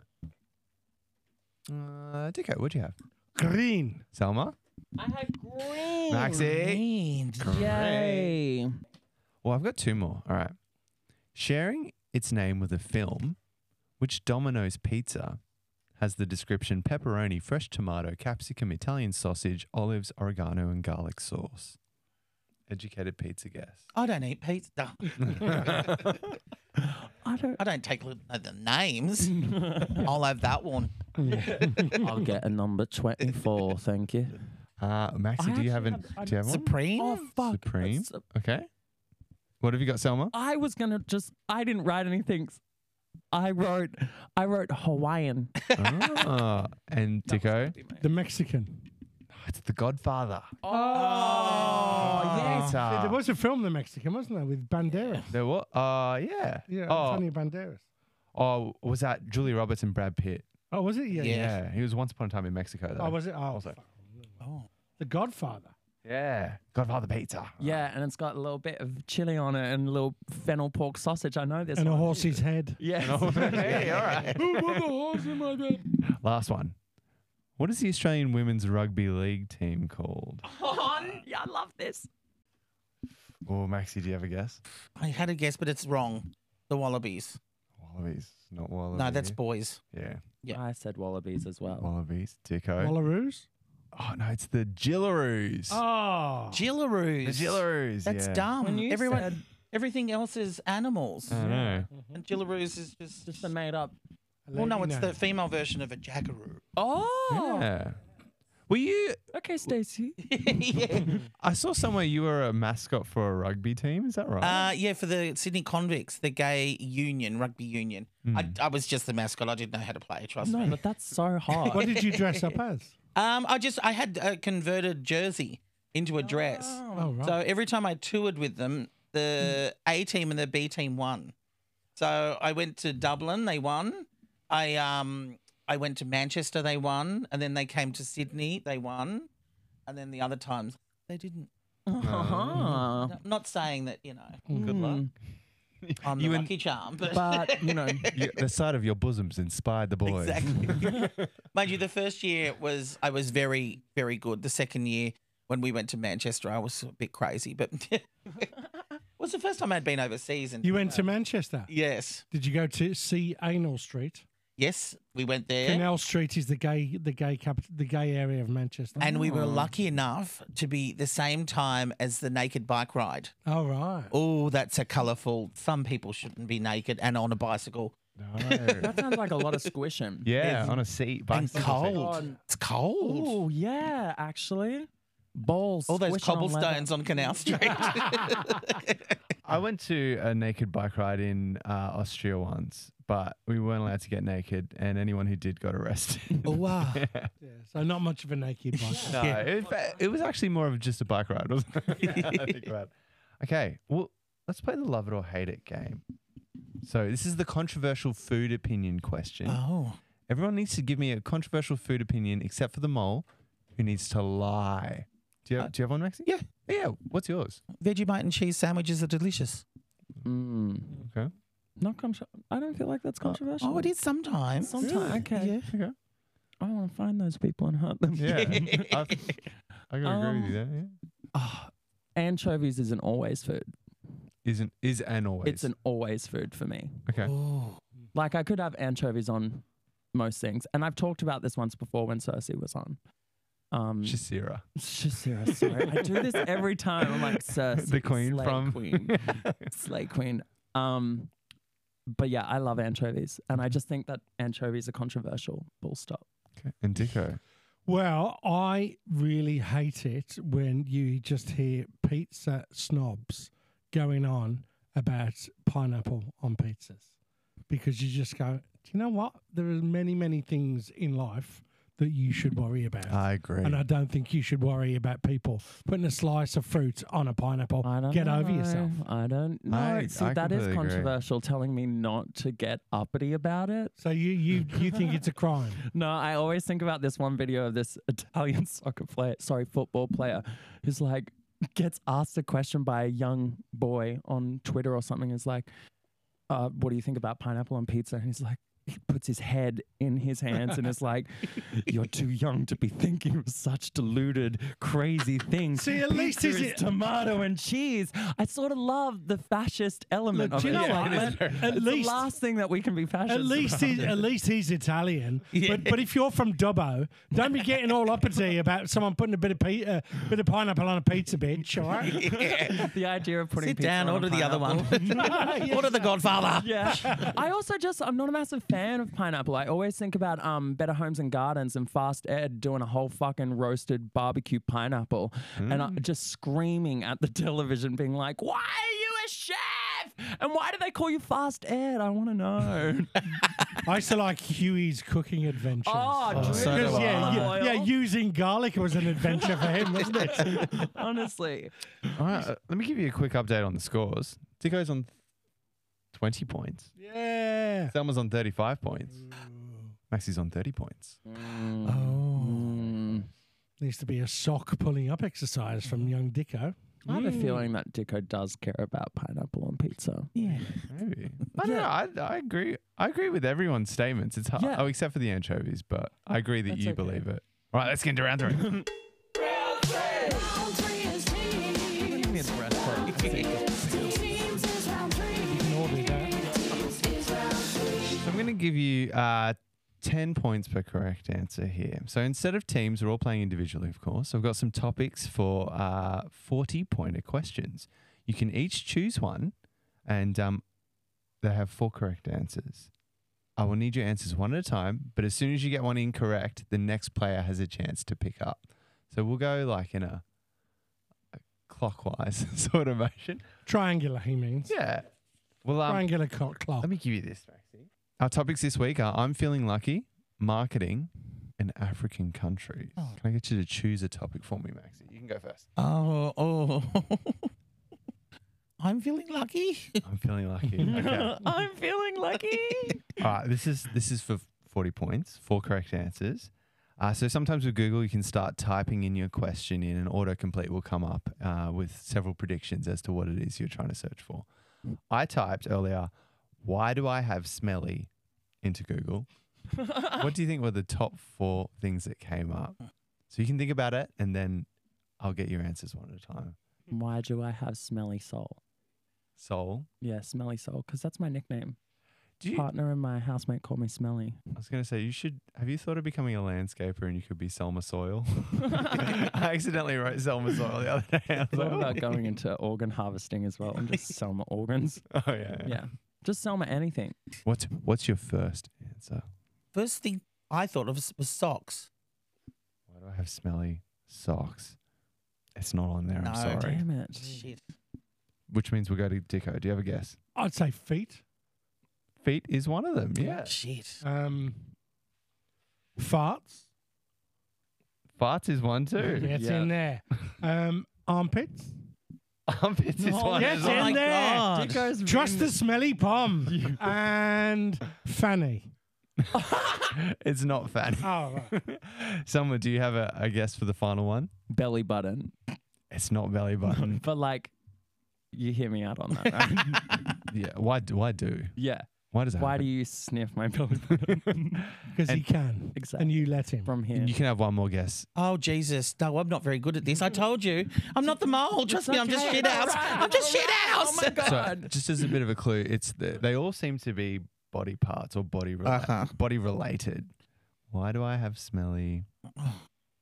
Speaker 3: Uh, Dicko, what'd you have?
Speaker 4: Green.
Speaker 3: Selma?
Speaker 6: I had green.
Speaker 3: Maxi?
Speaker 7: Means-
Speaker 6: Yay.
Speaker 3: Well, I've got two more. All right. Sharing its name with a film, which Domino's Pizza has the description pepperoni, fresh tomato, capsicum, Italian sausage, olives, oregano, and garlic sauce. Educated pizza guess.
Speaker 7: I don't eat pizza.
Speaker 6: I don't.
Speaker 7: I don't take li- uh, the names. I'll have that one.
Speaker 6: I'll get a number 24, thank you.
Speaker 3: Uh, Maxi, do you have, an, do you have one?
Speaker 7: Supreme.
Speaker 6: Oh, fuck.
Speaker 3: Supreme.
Speaker 6: That's-
Speaker 3: Okay. What have you got, Selma?
Speaker 6: I was gonna just. I didn't write anything. I wrote. I wrote Hawaiian.
Speaker 3: Ah, and Dicko,
Speaker 4: The Mexican.
Speaker 3: it's The Godfather.
Speaker 6: Oh yes.
Speaker 3: Pizza.
Speaker 4: there was a film, The Mexican, wasn't there, with Banderas?
Speaker 3: There was. Uh, yeah.
Speaker 4: Yeah,
Speaker 3: Oh,
Speaker 4: Antonio Banderas.
Speaker 3: oh, was that Julia Roberts and Brad Pitt?
Speaker 4: Oh, was it? Yeah. yeah.
Speaker 7: Yes.
Speaker 3: Yeah, he was once upon a time in Mexico. Though.
Speaker 4: Oh, was it? Oh, fuck.
Speaker 7: Oh.
Speaker 4: The Godfather.
Speaker 3: Yeah, Godfather Pizza.
Speaker 6: Yeah, and it's got a little bit of chili on it and a little fennel pork sausage. I know this.
Speaker 4: and a
Speaker 6: one.
Speaker 4: horse's head.
Speaker 6: Yes.
Speaker 3: hey, all right. Last one. What is the Australian women's rugby league team called?
Speaker 6: yeah, I love this.
Speaker 3: Oh, Maxi, do you have a guess?
Speaker 7: I had a guess, but it's wrong. The Wallabies.
Speaker 3: Wallabies, not Wallabies.
Speaker 7: No, that's boys.
Speaker 3: yeah,
Speaker 7: Yeah.
Speaker 6: I said wallabies as well.
Speaker 3: Wallabies. Dicko.
Speaker 4: Wallaroos?
Speaker 3: oh no, it's the Gillaroos.
Speaker 4: Oh.
Speaker 3: the
Speaker 7: Gillaroos.
Speaker 3: Gillaroos.
Speaker 7: That's
Speaker 3: yeah.
Speaker 7: dumb.
Speaker 6: When you
Speaker 7: Everyone,
Speaker 6: said-
Speaker 7: everything else is animals,
Speaker 3: I know.
Speaker 7: and Gillaroos is just.
Speaker 6: Just a made up.
Speaker 7: well, no, it's the female version of a jackaroo.
Speaker 6: Oh.
Speaker 3: Yeah. Were you?
Speaker 6: Okay, Stacey.
Speaker 3: I saw somewhere you were a mascot for a rugby team. Is that right?
Speaker 7: Uh, yeah, for the Sydney Convicts, the gay union, rugby union.
Speaker 3: Hmm.
Speaker 7: I, I was just the mascot. I didn't know how to play. Trust
Speaker 6: No,
Speaker 7: me.
Speaker 6: but that's so hard.
Speaker 4: What did you dress up as?
Speaker 7: Um, I just I had a converted jersey into a dress.
Speaker 4: Oh, right.
Speaker 7: So every time I toured with them, the A team and the B team won. So I went to Dublin, they won. I um I went to Manchester, they won, and then they came to Sydney, they won, and then the other times they didn't.
Speaker 6: Ah.
Speaker 7: No- Not saying that you know.
Speaker 4: Mm.
Speaker 7: Good luck. I'm
Speaker 3: You
Speaker 7: the
Speaker 3: and-
Speaker 7: lucky charm, but,
Speaker 6: Hmm, But you know,
Speaker 3: You- the sight of your bosoms inspired the boys.
Speaker 7: Exactly. Mind you, the first year was I was very, very good. The second year when we went to Manchester, I was a bit crazy, but it was the first time I'd been overseas. And
Speaker 4: You went to Manchester.
Speaker 7: yes,
Speaker 4: Did you go to see Anal Street?
Speaker 7: yes, we went there,
Speaker 4: Canal Street is the gay, the gay cap, the gay area of Manchester.
Speaker 7: and we were
Speaker 6: Oh.
Speaker 7: lucky enough to be the same time as the naked bike ride.
Speaker 4: oh right.
Speaker 7: Oh, that's a colourful. Some people shouldn't be naked and on a bicycle.
Speaker 3: No.
Speaker 6: that sounds like a lot of squishing.
Speaker 3: yeah, on a seat.
Speaker 7: And
Speaker 3: bicycle seat.
Speaker 7: cold.
Speaker 6: on-
Speaker 7: It's cold.
Speaker 6: Oh yeah, actually, balls.
Speaker 7: All those
Speaker 6: squishing on leather.
Speaker 7: cobblestones on Canal Street.
Speaker 3: I went to a naked bike ride in uh, Austria once, but we weren't allowed to get naked, and anyone who did got arrested.
Speaker 7: oh,
Speaker 6: ah.
Speaker 7: wow.
Speaker 4: Yeah, so not much of a naked bike.
Speaker 3: No, it, was- it was actually more of just a bike ride, wasn't it? I think about it. Okay, well, let's play the love it or hate it game. So this is the controversial food opinion question.
Speaker 7: Oh.
Speaker 3: Everyone needs to give me a controversial food opinion, except for the mole, who needs to lie. Do you have, do you have one, Maxi?
Speaker 7: yeah.
Speaker 3: Yeah. What's yours?
Speaker 7: Vegemite and cheese sandwiches are delicious.
Speaker 6: Mm.
Speaker 3: Okay.
Speaker 6: Not contro- I don't feel like that's controversial.
Speaker 7: Oh, it is sometimes.
Speaker 6: Sometimes. Okay.
Speaker 7: Yeah.
Speaker 3: Okay.
Speaker 6: I want to find those people and hurt them.
Speaker 3: Yeah. I, I gotta agree with you there.
Speaker 7: Um,
Speaker 3: Yeah.
Speaker 6: Ah, anchovies is an always food.
Speaker 3: Isn't is an always.
Speaker 6: It's an always food for me.
Speaker 3: okay.
Speaker 6: Like I could have anchovies on most things, and I've talked about this once before when Cersei was on. Um,
Speaker 3: Shasira.
Speaker 6: Shasira, sorry, I do this every time. I'm like Cersei,
Speaker 3: The queen
Speaker 6: slay
Speaker 3: from-
Speaker 6: Queen, Slay Queen. Um, but yeah, I love anchovies, and I just think that anchovies are controversial. Full stop.
Speaker 3: Okay. And Dico.
Speaker 4: Well, I really hate it when you just hear pizza snobs going on about pineapple on pizzas because you just go, do you know what? There are many, many things in life that you should worry about.
Speaker 3: agree.
Speaker 4: and I don't think you should worry about people putting a slice of fruit on a pineapple.
Speaker 6: I don't
Speaker 4: Get over
Speaker 6: know.
Speaker 4: yourself.
Speaker 6: I don't know.
Speaker 3: I-
Speaker 6: See,
Speaker 3: I
Speaker 6: that
Speaker 3: completely
Speaker 6: is
Speaker 3: agree.
Speaker 6: controversial. Telling me not to get uppity about it.
Speaker 4: So you you you think it's a crime?
Speaker 6: No, I always think about this one video of this Italian soccer player, sorry, football player, who's like gets asked a question by a young boy on Twitter or something. Is like, uh, "What do you think about pineapple on pizza?" And he's like, he puts his head in his hands and is like, "You're too young to be thinking of such deluded, crazy things."
Speaker 4: See, at least
Speaker 6: Pizza
Speaker 4: is it-
Speaker 6: tomato and cheese? I sort of love the fascist element
Speaker 4: Look,
Speaker 6: of
Speaker 4: do
Speaker 6: it.
Speaker 4: you know what? At-
Speaker 6: Like, it's
Speaker 4: at least-
Speaker 6: the last thing that we can be fascist.
Speaker 4: At least
Speaker 6: about.
Speaker 4: he's at least he's Italian. But but if you're from Dubbo, don't be getting all uppity about someone putting a bit of pe- uh, bit of pineapple on a pizza, bitch. All right.
Speaker 6: the idea of putting
Speaker 7: Sit
Speaker 6: pizza
Speaker 7: down,
Speaker 6: on a
Speaker 7: order the other one.
Speaker 6: pineapple.
Speaker 7: order the Godfather.
Speaker 6: yeah. I also just I'm not a massive fan of pineapple. I always think about um Better Homes and Gardens and Fast Ed doing a whole fucking roasted barbecue pineapple and
Speaker 7: Mm.
Speaker 6: I, just screaming at the television, being like, "Why are you a chef? And why do they call you Fast Ed? I want to know."
Speaker 4: I used to like Huey's cooking adventures.
Speaker 6: oh, dude,
Speaker 7: so do
Speaker 4: Because,
Speaker 7: I.
Speaker 4: yeah, yeah, yeah, using garlic was an adventure for him, wasn't it?
Speaker 6: honestly.
Speaker 3: All right. uh, let me give you a quick update on the scores. Dico's on twenty points.
Speaker 4: Yeah.
Speaker 3: Selma's on thirty-five points. Maxi's on thirty points.
Speaker 6: Mm.
Speaker 4: Needs Oh. to be a sock pulling up exercise from young Dicko.
Speaker 6: I have a
Speaker 7: Mm.
Speaker 6: feeling that Dico does care about pineapple on pizza.
Speaker 3: Maybe. I don't know. I, I agree. I agree with everyone's statements. It's hard.
Speaker 6: Yeah.
Speaker 3: Oh, except for the anchovies, but I agree that
Speaker 6: That's
Speaker 3: you
Speaker 6: okay.
Speaker 3: believe it. All right, let's get into round three. so I'm going to give you uh, 10 points per correct answer here. So instead of teams, we're all playing individually, of course. I've got some topics for uh, 40 pointer questions. You can each choose one, and um, they have four correct answers. I will need your answers one at a time, but as soon as you get one incorrect, the next player has a chance to pick up. So we'll go like in a, a clockwise sort of motion.
Speaker 4: Triangular, he means.
Speaker 3: Yeah. Well, um,
Speaker 4: Triangular cock clock.
Speaker 3: let me give you this, Maxi. Our topics this week are I'm feeling lucky, marketing, and African countries. Can I get you to choose a topic for me, Maxi? You can go first.
Speaker 7: Oh, oh. I'm feeling lucky.
Speaker 3: I'm feeling lucky. Okay.
Speaker 6: I'm feeling lucky.
Speaker 3: All right, this is this is for 40 points, four correct answers. Uh, so sometimes with Google, you can start typing in your question in, and autocomplete will come up uh, with several predictions as to what it is you're trying to search for. I typed earlier, "Why do I have smelly?" into Google. what do you think were the top four things that came up? So you can think about it, and then I'll get your answers one at a time.
Speaker 6: Why do I have smelly soul?
Speaker 3: Soul,
Speaker 6: Yeah, smelly soul, because that's my nickname.
Speaker 3: do you? I
Speaker 6: partner and my housemate called me smelly.
Speaker 3: was going to say you should. Have you thought of becoming a landscaper, and you could be Selma Soil? I accidentally wrote Selma Soil the other day. I was
Speaker 6: Thought
Speaker 3: like,
Speaker 6: about going into organ harvesting as well and just sell my organs.
Speaker 3: oh yeah, yeah.
Speaker 6: Yeah. Just sell my anything.
Speaker 3: What's what's your first answer?
Speaker 7: First thing I thought of was, was socks.
Speaker 3: Why do I have smelly socks? It's not on there. I'm
Speaker 7: No.
Speaker 3: sorry.
Speaker 6: Damn it.
Speaker 7: Shit.
Speaker 3: Which means we'll go to Dico. Do you have a guess?
Speaker 4: I'd say feet.
Speaker 3: Feet is one of them. Yeah.
Speaker 7: Shit.
Speaker 4: Um, farts.
Speaker 3: Farts is one too.
Speaker 4: Yes, in there. Um, armpits.
Speaker 3: Armpits is one.
Speaker 4: yes,
Speaker 3: as
Speaker 4: in
Speaker 3: well.
Speaker 7: Oh, my
Speaker 4: there.
Speaker 7: God.
Speaker 6: Dico's
Speaker 4: Just the smelly pom and fanny.
Speaker 3: it's not fat.
Speaker 4: Oh, right.
Speaker 3: Summer, do you have a, a guess for the final one?
Speaker 6: Belly button.
Speaker 3: It's not belly button.
Speaker 6: But like, you hear me out on that. Right?
Speaker 3: yeah. Why? do- Why do?
Speaker 6: yeah.
Speaker 3: Why does that?
Speaker 6: Why do
Speaker 3: happen?
Speaker 6: you sniff my belly button
Speaker 4: because he can, and
Speaker 6: Exactly.
Speaker 4: you let him.
Speaker 6: from here?
Speaker 3: You can have one more guess.
Speaker 7: Oh Jesus! No, I'm not very good at this. I told you, I'm not the mole. Trust me, I'm just
Speaker 6: okay.
Speaker 7: shit house.
Speaker 6: Alright,
Speaker 7: I'm just shit
Speaker 6: alright.
Speaker 7: house.
Speaker 6: Oh my god.
Speaker 3: So, just as a bit of a clue, it's the, they all seem to be body parts or body rela-
Speaker 7: Uh-huh.
Speaker 3: body related. Why do I have smelly?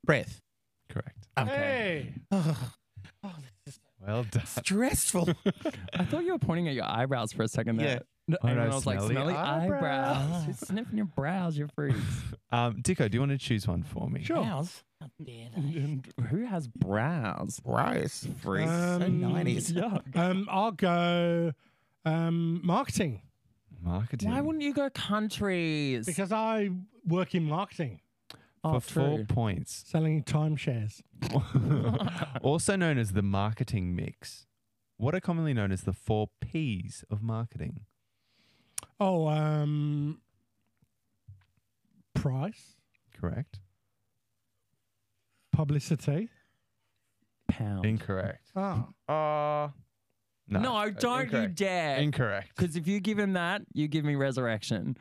Speaker 7: Breath.
Speaker 3: Correct.
Speaker 4: Hey,
Speaker 7: Oh,
Speaker 3: Well done.
Speaker 7: stressful.
Speaker 6: I thought you were pointing at your eyebrows for a second there.
Speaker 7: Yeah.
Speaker 6: No,
Speaker 3: Oh,
Speaker 6: and
Speaker 3: no,
Speaker 6: I was like,
Speaker 3: smelly
Speaker 6: smelly eyebrows.
Speaker 3: eyebrows.
Speaker 6: You're sniffing your brows, you freaks.
Speaker 3: Um, Dico, do you want to choose one for me?
Speaker 4: sure.
Speaker 7: House. How dare they?
Speaker 6: And Who has brows?
Speaker 7: Gross. Freaks. so
Speaker 4: Um,
Speaker 7: 90s.
Speaker 6: Yuck.
Speaker 4: Um, I'll go um, marketing
Speaker 3: Marketing.
Speaker 6: Why wouldn't you go countries?
Speaker 4: because I work in marketing,
Speaker 6: oh,
Speaker 3: for four
Speaker 6: true.
Speaker 3: points,
Speaker 4: selling timeshares.
Speaker 3: also known as the marketing mix. What are commonly known as the four P's of marketing?
Speaker 4: Oh, um, price,
Speaker 3: Correct.
Speaker 4: publicity.
Speaker 6: Pound.
Speaker 3: Incorrect.
Speaker 4: Oh,
Speaker 3: Uh, no.
Speaker 6: no, don't you
Speaker 3: Incorrect.
Speaker 6: dare.
Speaker 3: Incorrect.
Speaker 6: Because if you give him that, you give me resurrection.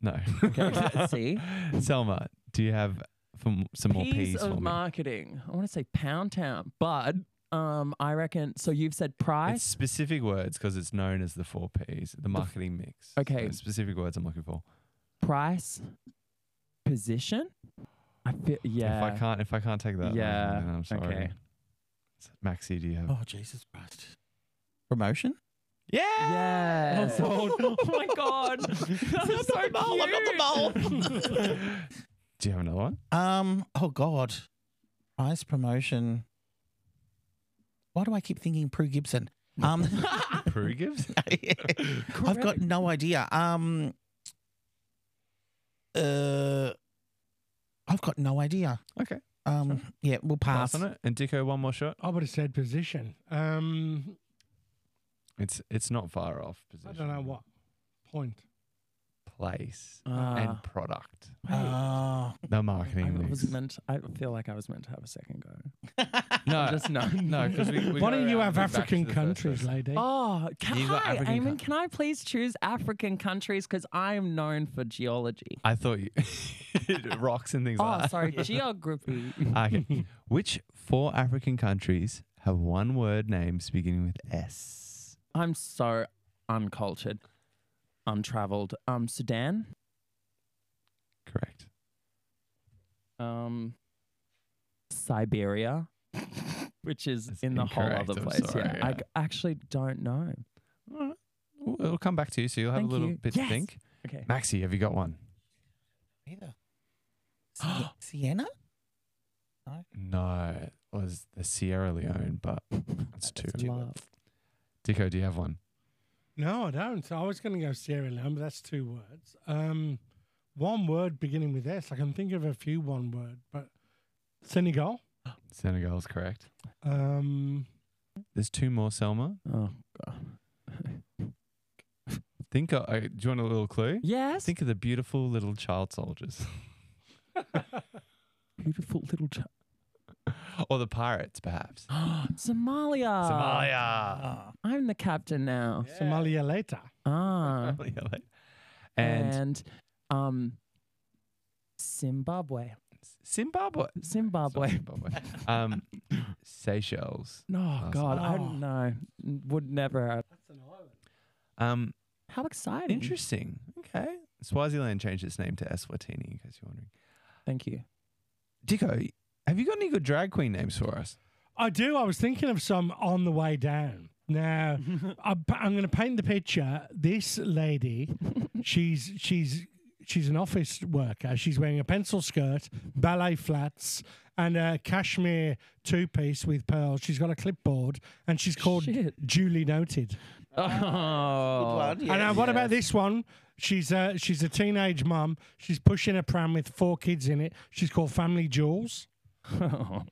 Speaker 3: No.
Speaker 6: Okay, see?
Speaker 3: Selma, do you have from some more
Speaker 6: Piece
Speaker 3: P's for
Speaker 6: of
Speaker 3: me?
Speaker 6: marketing. I want to say pound town, but um, I reckon. So you've said
Speaker 3: It's
Speaker 6: price.
Speaker 3: specific words because it's known as the four P's, the marketing mix.
Speaker 6: okay.
Speaker 3: Those specific words I'm looking for.
Speaker 6: price position i feel yeah
Speaker 3: If I can't, if I can't take that, then
Speaker 6: Yeah,
Speaker 3: I'm sorry.
Speaker 6: okay.
Speaker 3: Maxi, do you have?
Speaker 7: Oh Jesus Christ. Promotion.
Speaker 6: yes oh, my god that was so
Speaker 7: I'm not the
Speaker 6: cute.
Speaker 7: mole. I'm not the mole.
Speaker 3: Do you have another one?
Speaker 7: Um. Oh God. Prize promotion. Why do I keep thinking Prue Gibson? Um.
Speaker 6: Ah!
Speaker 3: Prue gives.
Speaker 7: I've got no idea. Um. Uh. I've got no idea.
Speaker 3: Okay.
Speaker 7: Um. Yeah. We'll pass.
Speaker 3: Pass on it. And Dico, one more shot.
Speaker 4: I would have said position. Um,
Speaker 3: It's it's not far off. Position.
Speaker 4: I don't know what point.
Speaker 3: place
Speaker 6: Ah.
Speaker 3: and product.
Speaker 7: Oh.
Speaker 3: The
Speaker 6: I,
Speaker 3: marketing
Speaker 6: was
Speaker 3: mix.
Speaker 6: meant i feel like i was meant to have a second go
Speaker 3: No,
Speaker 6: just no
Speaker 3: Uh, no. Because we, we
Speaker 4: Why
Speaker 3: go
Speaker 4: don't you
Speaker 3: around
Speaker 4: have
Speaker 3: and back to
Speaker 4: African
Speaker 3: the first
Speaker 4: countries,
Speaker 3: person.
Speaker 4: lady?
Speaker 6: oh can
Speaker 3: You got
Speaker 6: i
Speaker 3: African
Speaker 6: Eamon,
Speaker 3: coun-
Speaker 6: can i please choose african countries because i am known for geology
Speaker 3: I thought you rocks and things like
Speaker 6: oh
Speaker 3: that.
Speaker 6: sorry geography
Speaker 3: Okay. Which four African countries have one word names beginning with S?
Speaker 6: i'm so uncultured untraveled um sudan
Speaker 3: Correct.
Speaker 6: um, Siberia, which is
Speaker 3: That's
Speaker 6: in the whole
Speaker 3: incorrect,
Speaker 6: other
Speaker 3: I'm
Speaker 6: place.
Speaker 3: sorry,
Speaker 6: yeah, I
Speaker 3: yeah.
Speaker 6: g- actually don't know.
Speaker 3: Well, It'll come back to you, so you'll have
Speaker 6: Thank
Speaker 3: a little
Speaker 6: you.
Speaker 3: bit
Speaker 6: Yes.
Speaker 3: to think.
Speaker 6: Okay,
Speaker 3: Maxi, have you got one?
Speaker 7: Either. Sie- Sienna.
Speaker 3: No, it was the Sierra Leone, but that's two.
Speaker 6: love.
Speaker 3: Dico, do you have one?
Speaker 4: No, I don't. I was going to go Sierra Leone, but that's two words. Um, one word beginning with S. I can think of a few one word, but Senegal.
Speaker 3: Senegal's correct.
Speaker 4: Um,
Speaker 3: There's two more, Selma.
Speaker 6: Oh god.
Speaker 3: Think. Of, uh, do you want a little clue?
Speaker 6: Yes.
Speaker 3: Think of the beautiful little child soldiers,
Speaker 6: beautiful little oh, child.
Speaker 3: or the pirates, perhaps.
Speaker 6: Ah. Somalia.
Speaker 3: Somalia.
Speaker 7: Ah.
Speaker 6: I'm the captain now.
Speaker 4: Somalia later.
Speaker 6: Ah.
Speaker 3: Somalia.
Speaker 6: and,
Speaker 3: And
Speaker 6: um Zimbabwe.
Speaker 3: Zimbabwe. Sorry,
Speaker 6: Zimbabwe.
Speaker 3: Zimbabwe. um, Seychelles.
Speaker 6: No
Speaker 3: Last
Speaker 6: god, I
Speaker 4: one.
Speaker 6: don't know. Would never have.
Speaker 3: Um,
Speaker 6: How
Speaker 2: Hmm.
Speaker 6: exciting.
Speaker 3: interesting. Okay. Swaziland changed its name to Eswatini, in case you're wondering.
Speaker 6: Thank you.
Speaker 3: Dico, have you got any good drag queen names for us?
Speaker 4: I do. I was thinking of some on the way down. Now, I, I'm going to paint the picture. This lady, she's she's she's an office worker. She's wearing a pencil skirt, ballet flats, and a cashmere two piece with pearls. She's got a clipboard, and she's called
Speaker 6: Shit.
Speaker 4: Julie Noted.
Speaker 6: Oh.
Speaker 7: Blood,
Speaker 4: and uh,
Speaker 7: yes.
Speaker 4: what about this one? She's a she's a teenage mum. She's pushing a pram with four kids in it. She's called Family Jewels.
Speaker 3: Oh,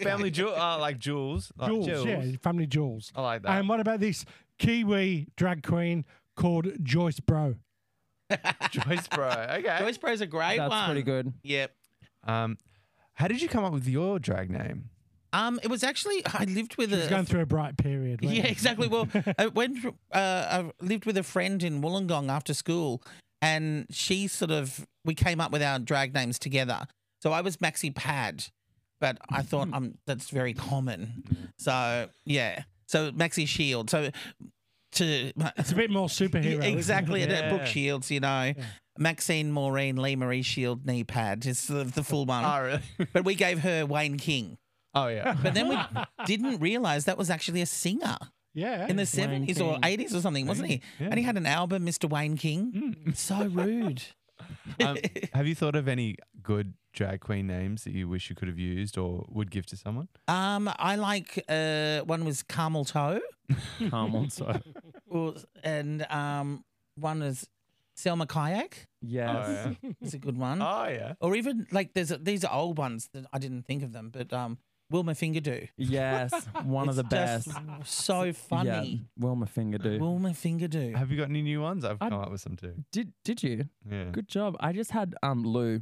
Speaker 3: family jewel, uh, like jewels, like
Speaker 4: Jewels, yeah, Family Jewels.
Speaker 3: I like that.
Speaker 4: And what about this Kiwi drag queen called Joyce Bro?
Speaker 2: Joyce Bro. Okay.
Speaker 7: Joyce Bro's a great
Speaker 6: That's
Speaker 7: one.
Speaker 6: pretty good.
Speaker 7: Yep.
Speaker 3: Um, how did you come up with your drag name?
Speaker 7: Um, it was actually I lived with
Speaker 4: It's
Speaker 7: a
Speaker 4: going through a bright period. wasn't
Speaker 7: Uh, Yeah,
Speaker 4: it?
Speaker 7: exactly. Well, I went. fr- Uh, I lived with a friend in Wollongong after school, and she sort of we came up with our drag names together. So I was Maxi Pad, but I
Speaker 4: Mm-hmm.
Speaker 7: thought um that's very common. So yeah, so Maxi Shield. So to
Speaker 4: It's a bit more superhero. isn't it?
Speaker 7: exactly and, uh, Brooke
Speaker 2: Yeah.
Speaker 7: Shields, you know. Maxine Maureen Lee Marie Shield knee pad. It's the, the full one.
Speaker 4: Ah,
Speaker 2: Oh, really?
Speaker 7: But we gave her Wayne King.
Speaker 2: Oh, yeah.
Speaker 7: But then we didn't realize that was actually a singer
Speaker 4: Yeah.
Speaker 7: in the seventies or
Speaker 6: King.
Speaker 7: eighties or something, wasn't he? And he had an album, Mr. Wayne King.
Speaker 6: Hmm.
Speaker 7: So rude.
Speaker 3: Um, have you thought of any good drag queen names that you wish you could have used or would give to someone?
Speaker 7: Um, I like uh, one was Carmel Toe,
Speaker 6: Carmel.
Speaker 7: or- and um, one is Selma Kayak.
Speaker 6: Yes.
Speaker 7: It's a good one.
Speaker 2: Oh, yeah.
Speaker 7: Or even like there's a, these are old ones that I didn't think of them, but um, Wilma Fingerdo.
Speaker 6: Yes. One of the
Speaker 7: It's
Speaker 6: best.
Speaker 7: just So funny.
Speaker 6: Yeah. Wilma Finger do.
Speaker 7: Wilma Fingerdo.
Speaker 3: Have you got any new ones? I've
Speaker 6: I-
Speaker 3: come up with some too.
Speaker 6: did did you?
Speaker 3: Yeah.
Speaker 6: Good job. I just had um Lou.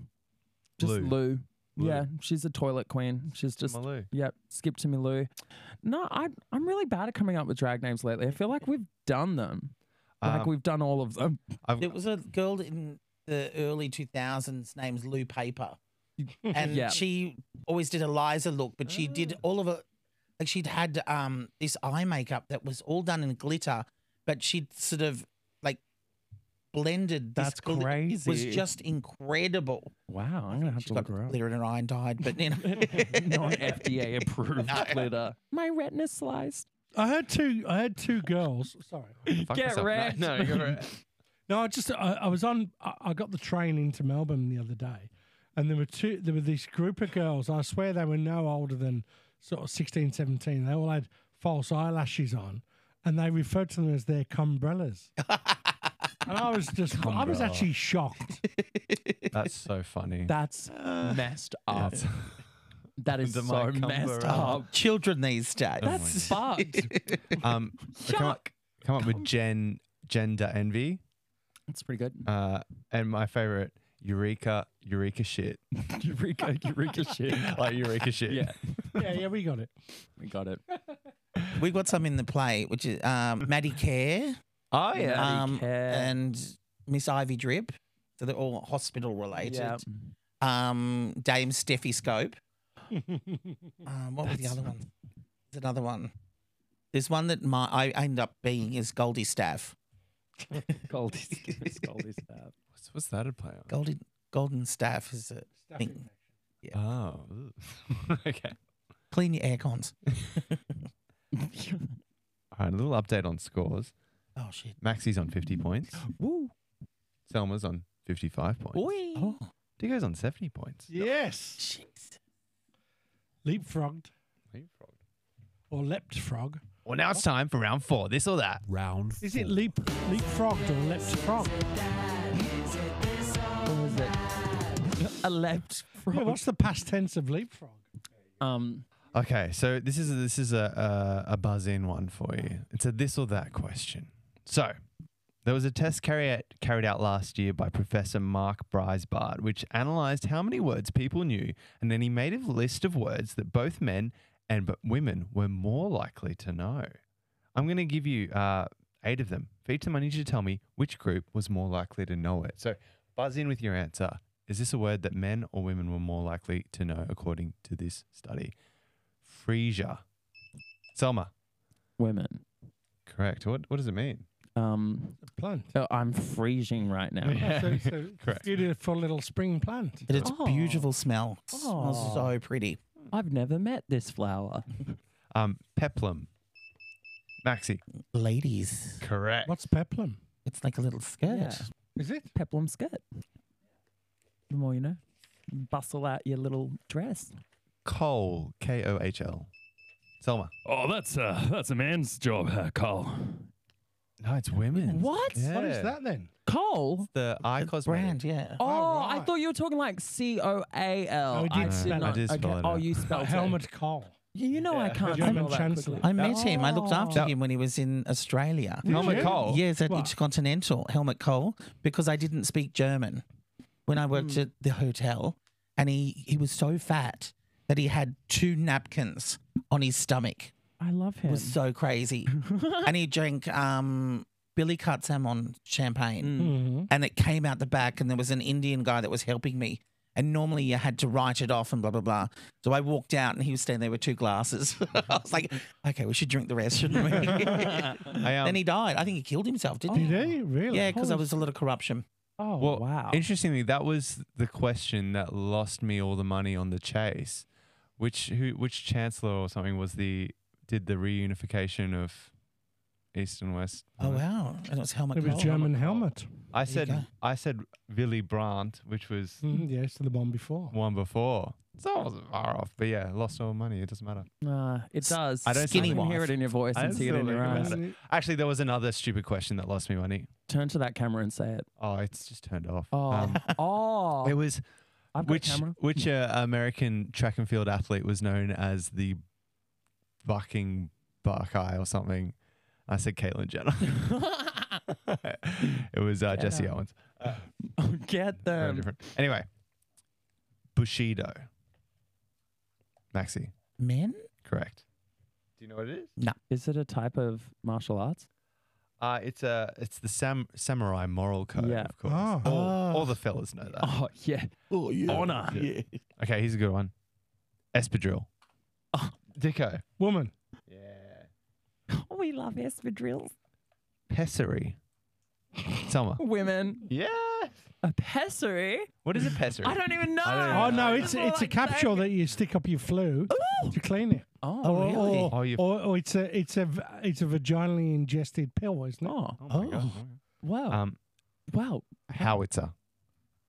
Speaker 6: Just
Speaker 3: Lou.
Speaker 6: Lou.
Speaker 3: Lou.
Speaker 6: Yeah, she's a toilet queen. She's just
Speaker 3: Malou.
Speaker 6: Yep, skip to me, Lou. No, I, I'm really bad at coming up with drag names lately. I feel like we've done them. like
Speaker 3: Um,
Speaker 6: we've done all of them.
Speaker 3: I've,
Speaker 7: There was a girl in the early 2000s named Lou Paper. And
Speaker 6: Yeah. Oh.
Speaker 7: she always did a Liza look, but she did all of it. Like she'd had um, this eye makeup that was all done in glitter, but she'd sort of like blended. This
Speaker 2: That's
Speaker 7: gli- It was
Speaker 2: crazy.
Speaker 7: just incredible.
Speaker 6: Wow, I'm gonna have
Speaker 7: She
Speaker 6: to look
Speaker 7: got
Speaker 6: her up.
Speaker 7: glitter in her eye and died, but you know.
Speaker 6: Non FDA approved
Speaker 7: No.
Speaker 6: glitter. My retina sliced.
Speaker 4: I heard two. I heard two girls. Sorry.
Speaker 3: fuck myself.
Speaker 6: Get
Speaker 3: No,
Speaker 6: wrecked.
Speaker 3: No, you're right.
Speaker 4: No, I just I, I was on. I, I got the train into Melbourne the other day, and there were two. There were this group of girls. I swear they were no older than sort of 16, 17. They all had false eyelashes on, and they referred to them as their cumbrellas. and I was just, I was actually shocked.
Speaker 3: That's so funny.
Speaker 6: That's messed up. That is
Speaker 3: The
Speaker 6: so
Speaker 3: Mike
Speaker 6: messed
Speaker 3: Cumber
Speaker 6: up.
Speaker 7: Oh Children these days.
Speaker 6: That's fucked.
Speaker 3: Um, I come up, come up with Gen Gender Envy,
Speaker 6: That's pretty good.
Speaker 3: uh, and my favorite Eureka Eureka shit,
Speaker 6: Eureka, Eureka shit.
Speaker 3: like Eureka shit.
Speaker 6: Yeah,
Speaker 4: yeah, yeah, we got it.
Speaker 6: we got it.
Speaker 7: we got some in the play, which is um, Maddie Care.
Speaker 6: Oh
Speaker 7: um, and Miss Ivy Drip. So they're all hospital related.
Speaker 6: yeah.
Speaker 7: Um, Dame Steffi Scope. um, what was the
Speaker 3: That's-
Speaker 7: other one? There's another one. There's one that my I end up being is Goldie Staff.
Speaker 6: Goldie's, Goldie's tab.
Speaker 3: What's, what's that a play on?
Speaker 7: Goldie Golden Staff is a thing.
Speaker 3: Oh, ooh. okay.
Speaker 7: Clean your air cons.
Speaker 3: All right, a little update on scores.
Speaker 7: Oh shit.
Speaker 3: Maxi's on 50 points.
Speaker 6: Woo.
Speaker 3: Selma's on 55 points.
Speaker 7: Oh
Speaker 3: Digo's on 70 points.
Speaker 4: Yes,
Speaker 7: jeez.
Speaker 4: leapfrogged or leapt frog.
Speaker 3: Well, now it's time for round four. This or that.
Speaker 2: Round.
Speaker 4: Is it leap leapfrogged or leapt frog?
Speaker 6: What was it? A left
Speaker 4: Yeah, what's the past tense of leapfrog?
Speaker 6: Um,
Speaker 3: Okay, so this is this is a, a a buzz in one for you. It's a this or that question. So there was a test carry out, carried out last year by Professor Mark Breisbart, which analysed how many words people knew, and then he made a list of words that both men and but women were more likely to know. I'm going to give you uh, eight of them. For each of them, I need you to tell me which group was more likely to know it. So buzz in with your answer. Is this a word that men or women were more likely to know according to this study? Frisia. Selma.
Speaker 6: women.
Speaker 3: Correct. What what does it mean?
Speaker 6: Um,
Speaker 4: Plant.
Speaker 6: oh, I'm freezing right now.
Speaker 4: So, so
Speaker 3: Correct.
Speaker 4: beautiful little spring plant.
Speaker 7: But it's
Speaker 6: Oh.
Speaker 7: beautiful smell. It smells
Speaker 6: Oh.
Speaker 7: so pretty.
Speaker 6: I've never met this flower.
Speaker 3: Um, peplum. Maxi.
Speaker 7: Ladies.
Speaker 3: Correct.
Speaker 4: What's peplum?
Speaker 7: It's like a little skirt.
Speaker 6: Yeah.
Speaker 4: Is it?
Speaker 6: Peplum skirt. The more you know. Bustle out your little dress.
Speaker 3: Coal. K O H L. Selma.
Speaker 5: Oh, that's uh, that's a man's job, uh, Cole.
Speaker 3: No, it's women.
Speaker 6: What?
Speaker 4: What is that then?
Speaker 6: Coal?
Speaker 3: The eye cosmetic.
Speaker 7: Brand, yeah.
Speaker 6: Oh, I
Speaker 4: right.
Speaker 6: thought you were talking like C O A L.
Speaker 4: Oh, I did
Speaker 6: I
Speaker 4: spell
Speaker 6: did
Speaker 4: it.
Speaker 6: not.
Speaker 3: I did spell
Speaker 6: okay.
Speaker 3: it
Speaker 6: Oh,
Speaker 3: out.
Speaker 6: you spelled it.
Speaker 4: Helmet coal.
Speaker 6: You know I can't
Speaker 4: German
Speaker 6: spell that
Speaker 4: chancellor.
Speaker 6: quickly.
Speaker 7: I met him. I looked after
Speaker 3: Oh.
Speaker 7: him when he was in Australia.
Speaker 3: Helmut
Speaker 4: you?
Speaker 3: Kohl.
Speaker 7: Yes, at
Speaker 4: Wow.
Speaker 7: Intercontinental, Helmut Kohl, because I didn't speak German when I worked at the hotel. And he, he was so fat that he had two napkins on his stomach.
Speaker 6: I love
Speaker 7: It
Speaker 6: him.
Speaker 7: was so crazy. and he drank um, Billy Cut Salmon champagne. And it came out the back, and there was an Indian guy that was helping me. And normally you had to write it off and blah, blah, blah. So I walked out, and he was standing there with two glasses. I was like, okay, we should drink the rest, shouldn't we?
Speaker 3: I, um,
Speaker 7: then he died. I think he killed himself, didn't he?
Speaker 4: Did he? Really?
Speaker 7: Yeah, because there was a lot of corruption.
Speaker 6: oh
Speaker 3: well,
Speaker 6: wow.
Speaker 3: Interestingly, that was the question that lost me all the money on the chase. Which who which chancellor or something was the did the reunification of East and West?
Speaker 7: Oh wow, and it was Helmut.
Speaker 4: It was
Speaker 7: Kohl.
Speaker 4: German helmet.
Speaker 3: I
Speaker 7: There you
Speaker 3: said
Speaker 7: go.
Speaker 3: I said Willy Brandt, which was
Speaker 4: Mhm, Yes, the one before.
Speaker 3: one before. So I wasn't far off, but yeah, lost all money. It doesn't matter.
Speaker 6: Nah, Uh, it does.
Speaker 3: I don't
Speaker 6: Skinny
Speaker 3: think-
Speaker 6: can hear it in your voice
Speaker 3: I
Speaker 6: and
Speaker 3: don't
Speaker 6: see it
Speaker 3: still
Speaker 6: in your
Speaker 3: think
Speaker 6: eyes.
Speaker 3: about it. Actually, there was another stupid question that lost me money.
Speaker 6: Turn to that camera and say it.
Speaker 3: Oh, it's just turned off.
Speaker 6: Oh,
Speaker 3: Um,
Speaker 6: oh.
Speaker 3: it was
Speaker 6: I've got
Speaker 3: which
Speaker 6: a camera.
Speaker 3: which uh, American track and field athlete was known as the bucking Buckeye or something? I said Caitlyn Jenner. it was uh, Jesse
Speaker 6: Jenner.
Speaker 3: Owens.
Speaker 6: Oh, Get
Speaker 3: Very
Speaker 6: them.
Speaker 3: different. Anyway, Bushido. Maxi,
Speaker 7: Men?
Speaker 3: correct. Do you know what it is?
Speaker 6: Is it a type of martial arts?
Speaker 3: Uh, it's a it's the sam- samurai moral code,
Speaker 6: Yeah.
Speaker 3: of course.
Speaker 4: Oh.
Speaker 3: All, all the fellas know that.
Speaker 6: Oh yeah.
Speaker 7: Oh yeah.
Speaker 6: Honor.
Speaker 3: Okay, here's a good one. Espadrille.
Speaker 6: Oh.
Speaker 3: Dicko.
Speaker 4: Woman.
Speaker 3: Yeah.
Speaker 6: We love espadrilles.
Speaker 3: Pessary. Summer.
Speaker 6: Women.
Speaker 3: Yeah.
Speaker 6: A E pessary?
Speaker 3: What is a pessary?
Speaker 6: I don't even know.
Speaker 3: I
Speaker 4: Oh
Speaker 3: don't
Speaker 4: no, it's
Speaker 6: That's all
Speaker 4: it's
Speaker 6: I
Speaker 4: a
Speaker 6: can
Speaker 4: capsule
Speaker 6: say.
Speaker 4: that you stick up your flu to clean it.
Speaker 6: Oh,
Speaker 4: or,
Speaker 7: really?
Speaker 4: Or,
Speaker 3: Oh, you-
Speaker 4: or, or it's a it's a v- it's a vaginally ingested pill, isn't it?
Speaker 6: oh.
Speaker 3: Oh my God.
Speaker 6: Wow.
Speaker 3: Um,
Speaker 6: wow.
Speaker 3: howitzer.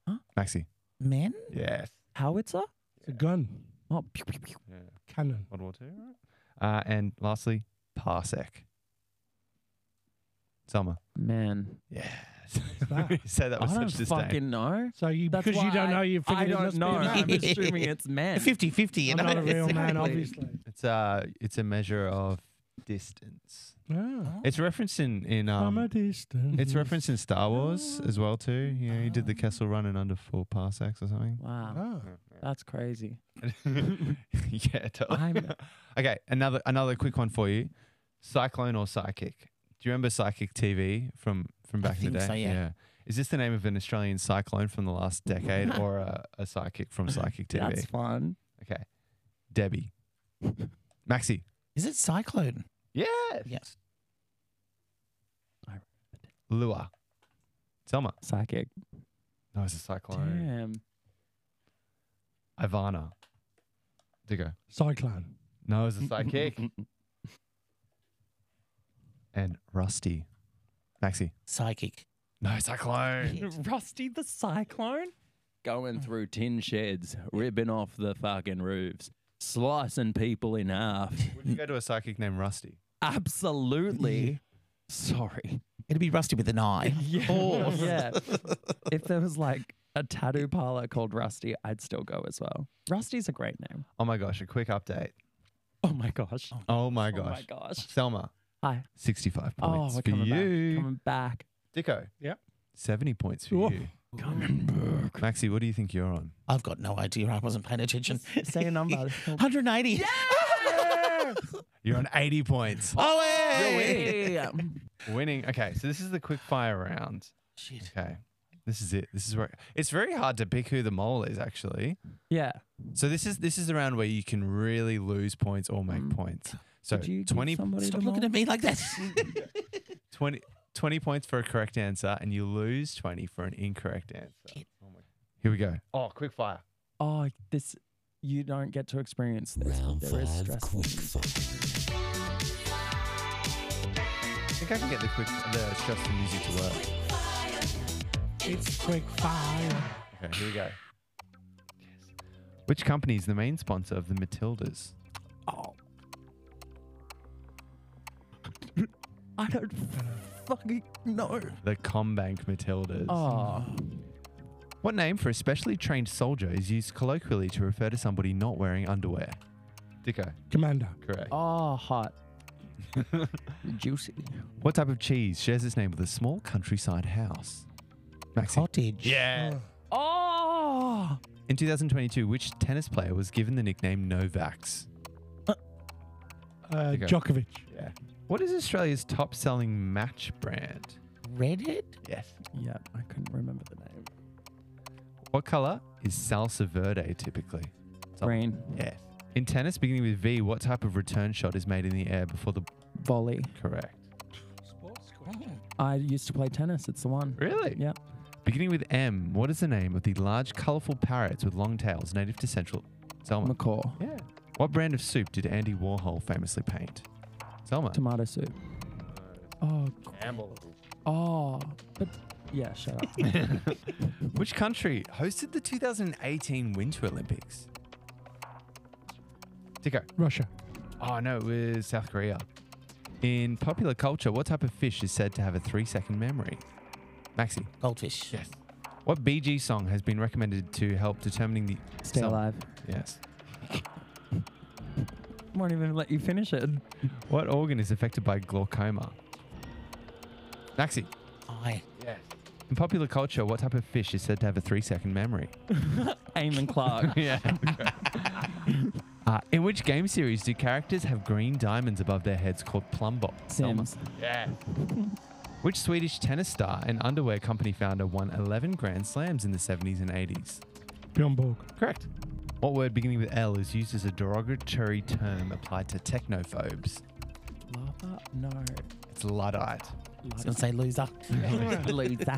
Speaker 6: Huh?
Speaker 3: Maxi.
Speaker 7: Men?
Speaker 3: Yes.
Speaker 6: Howitzer?
Speaker 4: It's a gun
Speaker 6: Oh, pew, pew, pew.
Speaker 4: cannon.
Speaker 3: World War Two. Right? Uh, and lastly, parsec. Summer.
Speaker 6: man.
Speaker 3: Yes.
Speaker 4: that?
Speaker 3: you said that was
Speaker 6: I don't
Speaker 3: such disdain.
Speaker 6: fucking know.
Speaker 4: So you
Speaker 6: That's
Speaker 4: because
Speaker 6: why
Speaker 4: you don't
Speaker 6: I-
Speaker 4: know, you figured
Speaker 6: I
Speaker 4: it
Speaker 6: don't
Speaker 4: must
Speaker 6: know.
Speaker 4: be a man.
Speaker 6: I'm assuming it's men.
Speaker 7: 50 50, you
Speaker 4: I'm
Speaker 7: know?
Speaker 4: not a real man,
Speaker 6: Exactly.
Speaker 4: obviously.
Speaker 3: It's uh it's a measure of distance.
Speaker 4: Ah.
Speaker 3: It's referenced in in
Speaker 4: I'm a
Speaker 3: um,
Speaker 4: distant.
Speaker 3: it's referenced in Star Wars as well too. You know, he did the Kessel Run in under four parsecs or something.
Speaker 6: Wow.
Speaker 4: Ah.
Speaker 6: That's crazy.
Speaker 3: yeah, totally.
Speaker 6: I'm
Speaker 3: Okay, another another quick one for you. Cyclone or psychic? Do you remember psychic TV from from
Speaker 7: I
Speaker 3: back in the day?
Speaker 7: think so, yeah.
Speaker 3: Is this the name of an Australian cyclone from the last decade or a, a psychic from psychic TV?
Speaker 6: that's fun.
Speaker 3: Okay. Debbie. Maxi.
Speaker 7: Is it Cyclone?
Speaker 3: Yes.
Speaker 7: Yes.
Speaker 3: Lua. Selma.
Speaker 6: Psychic.
Speaker 3: No, it's a cyclone.
Speaker 6: Damn.
Speaker 3: Ivana. Diggo.
Speaker 4: Cyclone.
Speaker 3: No, it's a psychic. and Rusty. Maxi.
Speaker 7: Psychic.
Speaker 3: No, cyclone.
Speaker 6: Rusty the Cyclone? Going through tin sheds, ripping off the fucking roofs, slicing people in half.
Speaker 3: Would you go to a psychic named Rusty?
Speaker 6: Absolutely. Sorry.
Speaker 7: It'd be Rusty with an eye.
Speaker 6: Yeah. yeah. If there was like a tattoo parlor called Rusty, I'd still go as well. Rusty's a great name.
Speaker 3: Oh my gosh, a quick update.
Speaker 6: Oh my gosh. Oh
Speaker 3: Oh my
Speaker 6: my gosh.
Speaker 3: gosh. Selma,
Speaker 6: Hi.
Speaker 3: 65
Speaker 6: Oh,
Speaker 3: points
Speaker 6: we're
Speaker 3: for
Speaker 6: coming
Speaker 3: you.
Speaker 6: back. Coming back.
Speaker 3: Dicko.
Speaker 4: Yep.
Speaker 3: 70 points for
Speaker 4: Whoa.
Speaker 3: you. Coming back. Maxi, what do you think you're on?
Speaker 7: I've got no idea. I wasn't paying attention.
Speaker 6: Say a number.
Speaker 7: 180.
Speaker 3: You're on 80 points.
Speaker 7: Oh, hey!
Speaker 6: Yeah.
Speaker 3: Winning. Okay, so this is the quick fire round.
Speaker 7: Shit.
Speaker 3: Okay. This is it. This is where it's very hard to pick who the mole is actually.
Speaker 6: yeah.
Speaker 3: So this is this is the round where you can really lose points or make points. So
Speaker 6: Could Mm. you give
Speaker 3: 20,
Speaker 6: somebody
Speaker 7: Stop
Speaker 6: the
Speaker 7: looking
Speaker 6: mole?
Speaker 7: at me like that.
Speaker 3: 20 20 points for a correct answer and you lose 20 for an incorrect answer. Oh my- Here we go. Oh, quick fire.
Speaker 6: oh, this you don't get to experience this. There is Mm. stressful.
Speaker 3: I think I can get the quick the stressful music to work.
Speaker 4: It's quick fire.
Speaker 3: Okay, here we go. Which company is the main sponsor of the Matildas?
Speaker 6: Oh. I don't fucking know.
Speaker 3: The Combank Matildas.
Speaker 6: Oh,
Speaker 3: What name for a specially trained soldier is used colloquially to refer to somebody not wearing underwear? Dicko,
Speaker 4: Commander.
Speaker 3: correct.
Speaker 6: Oh, hot. Juicy.
Speaker 3: What type of cheese shares its name with a small countryside house? Maxi.
Speaker 7: Cottage.
Speaker 4: oh.
Speaker 6: Eh.
Speaker 3: Yeah.
Speaker 6: Oh,
Speaker 3: In 2022, which tennis player was given the nickname Novax?
Speaker 4: Uh,
Speaker 3: Dicko.
Speaker 4: Djokovic.
Speaker 3: Yeah. What is Australia's top selling match brand?
Speaker 7: Reddit?
Speaker 3: Yes.
Speaker 6: yeah. I couldn't remember the name.
Speaker 3: What color is salsa verde typically? Some-
Speaker 6: Green
Speaker 3: Yes. In tennis, beginning with V, what type of return shot is made in the air before the
Speaker 6: volley.
Speaker 3: correct?
Speaker 6: I used to play tennis. It's the one.
Speaker 3: Really?
Speaker 6: Yeah.
Speaker 3: Beginning with M, what is the name of the large, colorful parrots with long tails native to Central Selma?
Speaker 6: McCaw.
Speaker 3: yeah. What brand of soup did Andy Warhol famously paint? Selma.
Speaker 6: Tomato soup. Oh. Campbell. Oh, but yeah. Shut up.
Speaker 3: Which country hosted the 2018 Winter Olympics? Tico.
Speaker 4: Russia.
Speaker 3: Oh no, it was South Korea. In popular culture, what type of fish is said to have a three-second memory? Maxi.
Speaker 7: Goldfish.
Speaker 3: Yes. What BG song has been recommended to help determining the
Speaker 6: Stay
Speaker 3: some-
Speaker 6: alive.
Speaker 3: Yes.
Speaker 6: Won't even let you finish it.
Speaker 3: What organ is affected by glaucoma? Maxi.
Speaker 7: Eye.
Speaker 3: In popular culture, what type of fish is said to have a three-second memory?
Speaker 6: Aim and Clark.
Speaker 3: yeah. uh, in which game series do characters have green diamonds above their heads called plumbob? Selma.
Speaker 6: Sims.
Speaker 3: Which Swedish tennis star and underwear company founder won 11 Grand Slams in the 70s and 80s?
Speaker 4: Bjorn Borg.
Speaker 3: Correct. What word beginning with L is used as a derogatory term applied to technophobes?
Speaker 6: Lava? No.
Speaker 3: It's Luddite.
Speaker 7: I was going to say loser.
Speaker 6: Loser.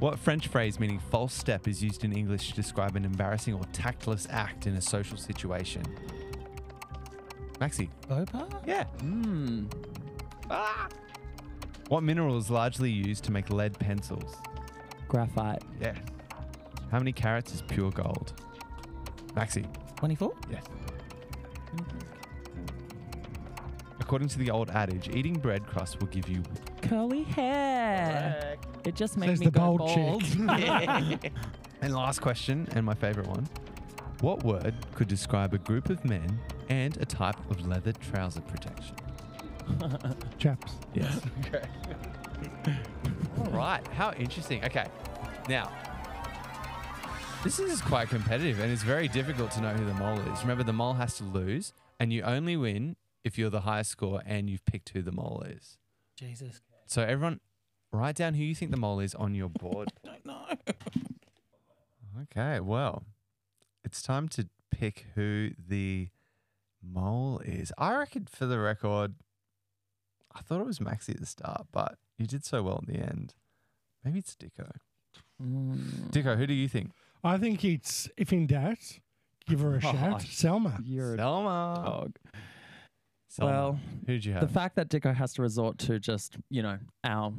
Speaker 3: What French phrase meaning false step is used in English to describe an embarrassing or tactless act in a social situation? Maxi.
Speaker 7: Boba?
Speaker 3: Yeah.
Speaker 6: Hmm.
Speaker 3: Ah! What mineral is largely used to make lead pencils?
Speaker 6: Graphite.
Speaker 3: Yes. How many carats is pure gold? Maxi.
Speaker 7: 24?
Speaker 3: Yes. According to the old adage, eating bread crust will give you.
Speaker 6: Curly hair. It just made
Speaker 4: Says
Speaker 6: me
Speaker 4: the
Speaker 6: go
Speaker 4: bald
Speaker 6: bald.
Speaker 4: chick.
Speaker 3: And last question, and my favorite one. What word could describe a group of men and a type of leather trouser protection?
Speaker 4: Chaps.
Speaker 3: Yes. All right. How interesting. Okay. Now, this is quite competitive and it's very difficult to know who the mole is. Remember, the mole has to lose, and you only win if you're the highest score and you've picked who the mole is.
Speaker 7: Jesus.
Speaker 3: So, everyone, write down who you think the mole is on your board.
Speaker 7: Don't know.
Speaker 3: okay. Well, it's time to pick who the mole is. I reckon, for the record, I thought it was Maxi at the start, but you did so well in the end. Maybe it's Dicko.
Speaker 6: Mm.
Speaker 3: Dicko, who do you think?
Speaker 4: I think it's, if in doubt, give
Speaker 6: Oh,
Speaker 4: her a shout. Selma.
Speaker 6: You're a
Speaker 3: Selma.
Speaker 6: dog.
Speaker 3: Oh, Selma.
Speaker 6: Well,
Speaker 3: who did you
Speaker 6: the
Speaker 3: have?
Speaker 6: fact that Dicko has to resort to just, you know, our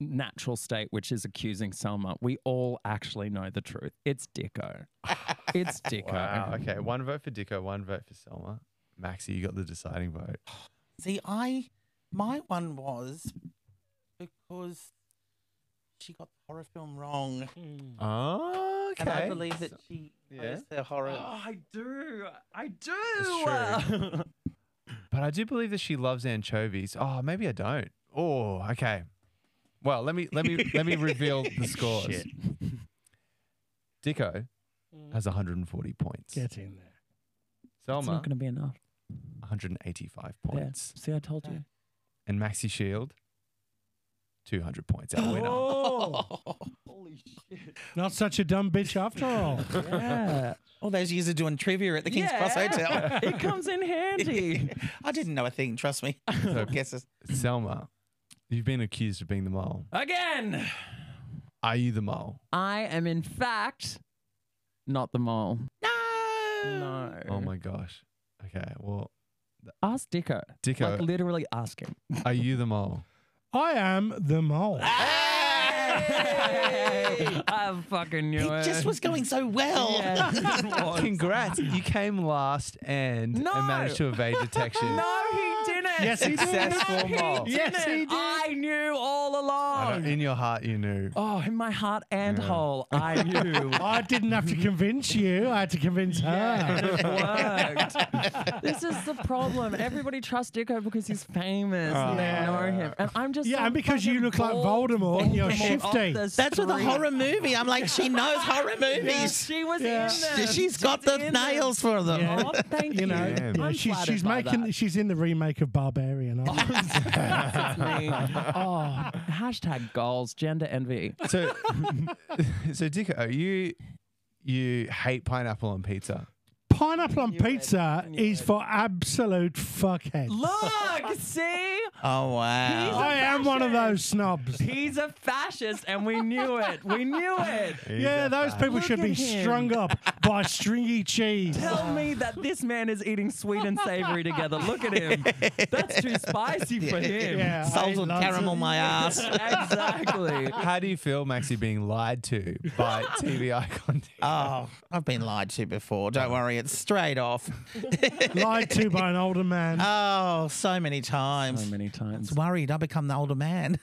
Speaker 6: natural state, which is accusing Selma, we all actually know the truth. It's Dicko. It's Dicko.
Speaker 7: Ah,
Speaker 3: wow. Ah,
Speaker 7: mm.
Speaker 3: Okay. One vote for Dicko, one vote for Selma. Maxi, you got the deciding vote.
Speaker 7: See, I. My one was because she got the horror film wrong.
Speaker 3: Oh,
Speaker 7: And I believe that she
Speaker 3: Yeah.
Speaker 7: yeah. the horror.
Speaker 6: I do. I do.
Speaker 3: It's But I do believe that she loves anchovies. Oh, maybe I don't. Oh, okay. Well, let me let me let me reveal the scores.
Speaker 7: Shit.
Speaker 3: Dicko has 140 points.
Speaker 4: Get in there.
Speaker 6: It's
Speaker 3: Selma
Speaker 6: not going to be enough.
Speaker 3: 185
Speaker 6: There.
Speaker 3: points.
Speaker 6: See, I told you.
Speaker 3: And Maxi Shield 200 points. Our winner.
Speaker 6: Oh,
Speaker 4: Not such a dumb bitch after all.
Speaker 6: Yeah.
Speaker 7: All those years of doing trivia at the King's Cross Hotel.
Speaker 6: it comes in handy.
Speaker 7: I didn't know a thing, trust me.
Speaker 3: So,
Speaker 7: Guesses.
Speaker 3: Selma, you've been accused of being the mole.
Speaker 6: Again,
Speaker 3: Are you the mole?
Speaker 6: I am in fact not the mole.
Speaker 7: No.
Speaker 6: No.
Speaker 3: Oh my gosh. Okay. Well,
Speaker 6: Ask Dicko.
Speaker 3: Dicko,
Speaker 6: Like literally ask him.
Speaker 3: are you the mole?
Speaker 4: I am the mole.
Speaker 6: I fucking knew it.
Speaker 7: It just was going so well.
Speaker 3: Congrats. You came last and,
Speaker 6: No.
Speaker 3: and managed to evade detection.
Speaker 6: No, he didn't.
Speaker 4: Yes, he did.
Speaker 2: Successful mole.
Speaker 4: Yes, he did.
Speaker 6: I knew all along.
Speaker 3: In your heart, you knew.
Speaker 6: Oh, in my heart and hole, I knew.
Speaker 4: I didn't have to convince you. I had to convince her.
Speaker 6: It worked. this is the problem. Everybody trusts Dicko because he's famous and they know him. And I'm just
Speaker 4: Oh. Yeah,
Speaker 6: some
Speaker 4: and because you
Speaker 6: fucking
Speaker 4: look like
Speaker 6: bald
Speaker 4: Voldemort and you're
Speaker 6: Voldemort off
Speaker 4: shifty.
Speaker 6: the
Speaker 7: That's with a
Speaker 6: street.
Speaker 7: horror movie. I'm like, she knows horror
Speaker 6: Yeah,
Speaker 7: movies.
Speaker 6: she was
Speaker 4: Yeah.
Speaker 6: in them.
Speaker 7: She's got
Speaker 6: She's
Speaker 7: the
Speaker 6: in them.
Speaker 7: nails for them.
Speaker 6: Oh, thank you.
Speaker 4: You know,
Speaker 6: I'm
Speaker 4: yeah, she's
Speaker 6: flattered
Speaker 4: she's
Speaker 6: by
Speaker 4: making
Speaker 6: that.
Speaker 4: she's in the remake of Barbarian. aren't you?
Speaker 6: That's me. Oh, hashtag goals, gender envy.
Speaker 3: So, so Dicko, you you hate pineapple on pizza.
Speaker 4: Pineapple on pizza is for absolute fuckheads.
Speaker 6: Look, see,
Speaker 7: Oh, wow.
Speaker 4: I am one of those snobs.
Speaker 6: he's a fascist, and we knew it. We knew it.
Speaker 4: Yeah, those people
Speaker 6: Look
Speaker 4: should
Speaker 6: at
Speaker 4: be
Speaker 6: him.
Speaker 4: strung up by stringy cheese.
Speaker 6: Tell me that this man is eating sweet and savory together. Look at him. That's too spicy for him.
Speaker 4: Yeah, I
Speaker 7: Salt and
Speaker 4: love
Speaker 7: caramel,
Speaker 4: it.
Speaker 7: my ass.
Speaker 6: Exactly.
Speaker 3: How do you feel, Maxi, being lied to by TV icon? Dicko?
Speaker 7: Oh, I've been lied to before. Don't worry, it's straight off.
Speaker 4: Lied to by an older man.
Speaker 6: Uh,
Speaker 7: Oh, so many times.
Speaker 6: So many times.
Speaker 7: Worried, I become the older man.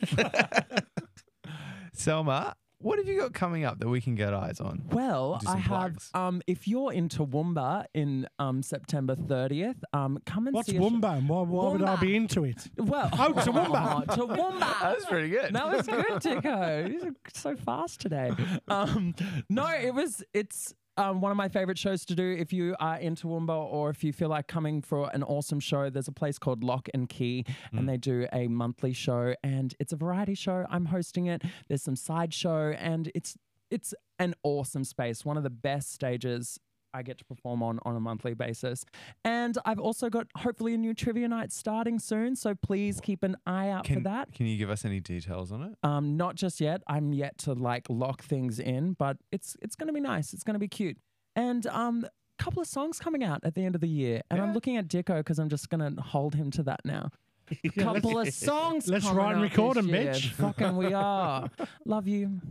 Speaker 3: Selma, what have you got coming up that we can get eyes on?
Speaker 6: Well,
Speaker 3: Do
Speaker 6: I
Speaker 3: some
Speaker 6: have.
Speaker 3: plugs.
Speaker 6: Um, if you're in Toowoomba in um, September 30th, um, come and
Speaker 4: What's
Speaker 6: see. a sh-
Speaker 4: Wumba? and Why, why would I
Speaker 6: Wombat.
Speaker 4: be into it?
Speaker 6: Well,
Speaker 4: Oh, Toowoomba.
Speaker 6: Oh, Toowoomba.
Speaker 3: That's pretty good.
Speaker 6: That was good, Dicko. You're so fast today. Um, no, it was. It's um, one of my favorite shows to do. If you are in Toowoomba or if you feel like coming for an awesome show, there's a place called Lock and Key,
Speaker 3: Hmm.
Speaker 6: and they do a monthly show, and it's a variety show. I'm hosting it. There's some sideshow, and it's it's an awesome space. One of the best stages. I get to perform on on a monthly basis, and I've also got hopefully a new trivia night starting soon. So please keep an eye out for
Speaker 3: Can,
Speaker 6: that.
Speaker 3: can you give us any details on it?
Speaker 7: Uh,
Speaker 6: Um, not just yet. I'm yet to like lock things in, but it's it's gonna be nice. It's gonna be cute. And um, a couple of songs coming out at the end of the year. And I'm looking at Dicko because I'm just gonna hold him to that now. A couple of songs.
Speaker 4: let's
Speaker 6: coming
Speaker 4: write and
Speaker 6: out
Speaker 4: record
Speaker 6: this
Speaker 4: 'em,
Speaker 6: year.
Speaker 4: bitch.
Speaker 6: Fucking we are. Love you.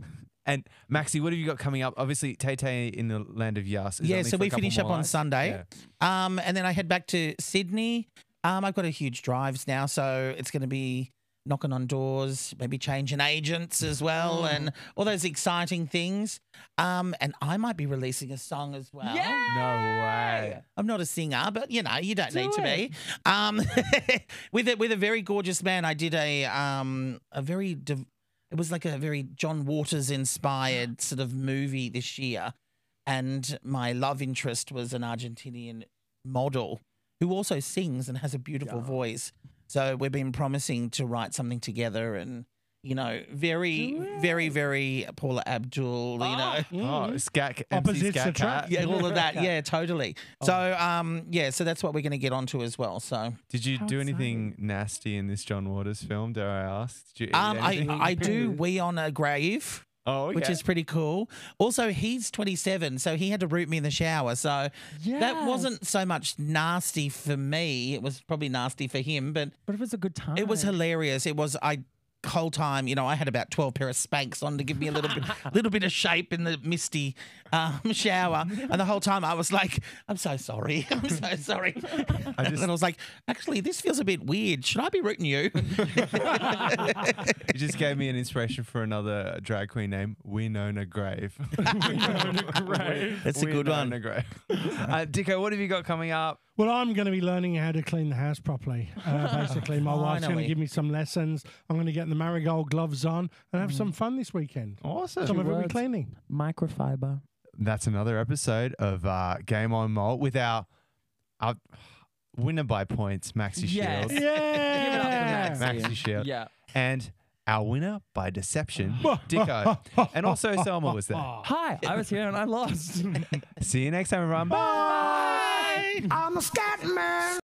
Speaker 3: And Maxi, what have you got coming up? Obviously, Tay Tay in the land of Yas. Is
Speaker 7: yeah,
Speaker 3: only for
Speaker 7: so
Speaker 3: a
Speaker 7: we
Speaker 3: couple
Speaker 7: finish
Speaker 3: more
Speaker 7: up on
Speaker 3: nights.
Speaker 7: Sunday.
Speaker 3: Yeah.
Speaker 7: Um, and then I head back to Sydney. Um, I've got a huge drives now, so it's going to be knocking on doors, maybe changing agents as well,
Speaker 3: Mm.
Speaker 7: and all those exciting things. Um, and I might be releasing a song as well.
Speaker 6: Yeah.
Speaker 3: No way.
Speaker 7: I'm not a singer, but you know, you don't
Speaker 6: Do
Speaker 7: need to
Speaker 6: it.
Speaker 7: be. Um, with a, with a very gorgeous man, I did a um a very div- it was like a very John Waters inspired sort of movie this year, and my love interest was an Argentinian model who also sings and has a beautiful voice. So we've been promising to write something together, and you know, very
Speaker 6: Do
Speaker 7: very very Paula Abdul, you know. Mm.
Speaker 3: Oh, Scat, MC
Speaker 4: Opposites
Speaker 3: Scat
Speaker 4: attract.
Speaker 3: Cat.
Speaker 7: Yeah, all of that. Yeah, totally. So, um, yeah, so that's what we're going to get onto as well. So,
Speaker 3: Did you
Speaker 6: How
Speaker 3: do anything nasty in this John Waters film? Dare I ask? Did you eat
Speaker 7: um, I,
Speaker 3: anything?
Speaker 7: I do We on a Grave,
Speaker 3: oh, okay.
Speaker 7: which is pretty cool. Also, he's 27, so he had to root me in the shower. So, that
Speaker 6: Yes.
Speaker 7: wasn't so much nasty for me. It was probably nasty for him, but
Speaker 6: But it was a good time.
Speaker 7: it was hilarious. It was, I, whole time, you know, I had about 12 pair of spanks on to give me a little bit, little bit of shape in the misty um, shower. And the whole time I was like, I'm so sorry. I'm so sorry.
Speaker 3: I
Speaker 7: And
Speaker 3: just,
Speaker 7: then I was like, actually, this feels a bit weird. Should I be rooting you?
Speaker 3: you just gave me an inspiration for another drag queen name, Winona Grave.
Speaker 7: That's a good
Speaker 3: Winona
Speaker 7: one.
Speaker 3: Grave. Uh, Dicko, what have you got coming up?
Speaker 4: Well, I'm going to be learning how to clean the house properly. Uh, basically, my wife's going to
Speaker 7: Finally.
Speaker 4: give me some lessons. I'm going to get the marigold gloves on and have some fun this weekend. Some
Speaker 3: Awesome.
Speaker 4: of it will be
Speaker 6: words.
Speaker 4: cleaning.
Speaker 6: microfiber.
Speaker 3: That's another episode of uh, Game on Malt with our, our winner by points, Maxi
Speaker 6: Yes.
Speaker 3: Shield.
Speaker 4: Yeah.
Speaker 3: Maxi Shield.
Speaker 6: Yeah.
Speaker 3: And our winner by deception, Dicko. and also Selma was there.
Speaker 6: Hi, I was here and I lost.
Speaker 3: See you next time, everyone. Bye.
Speaker 1: I'm a scat man.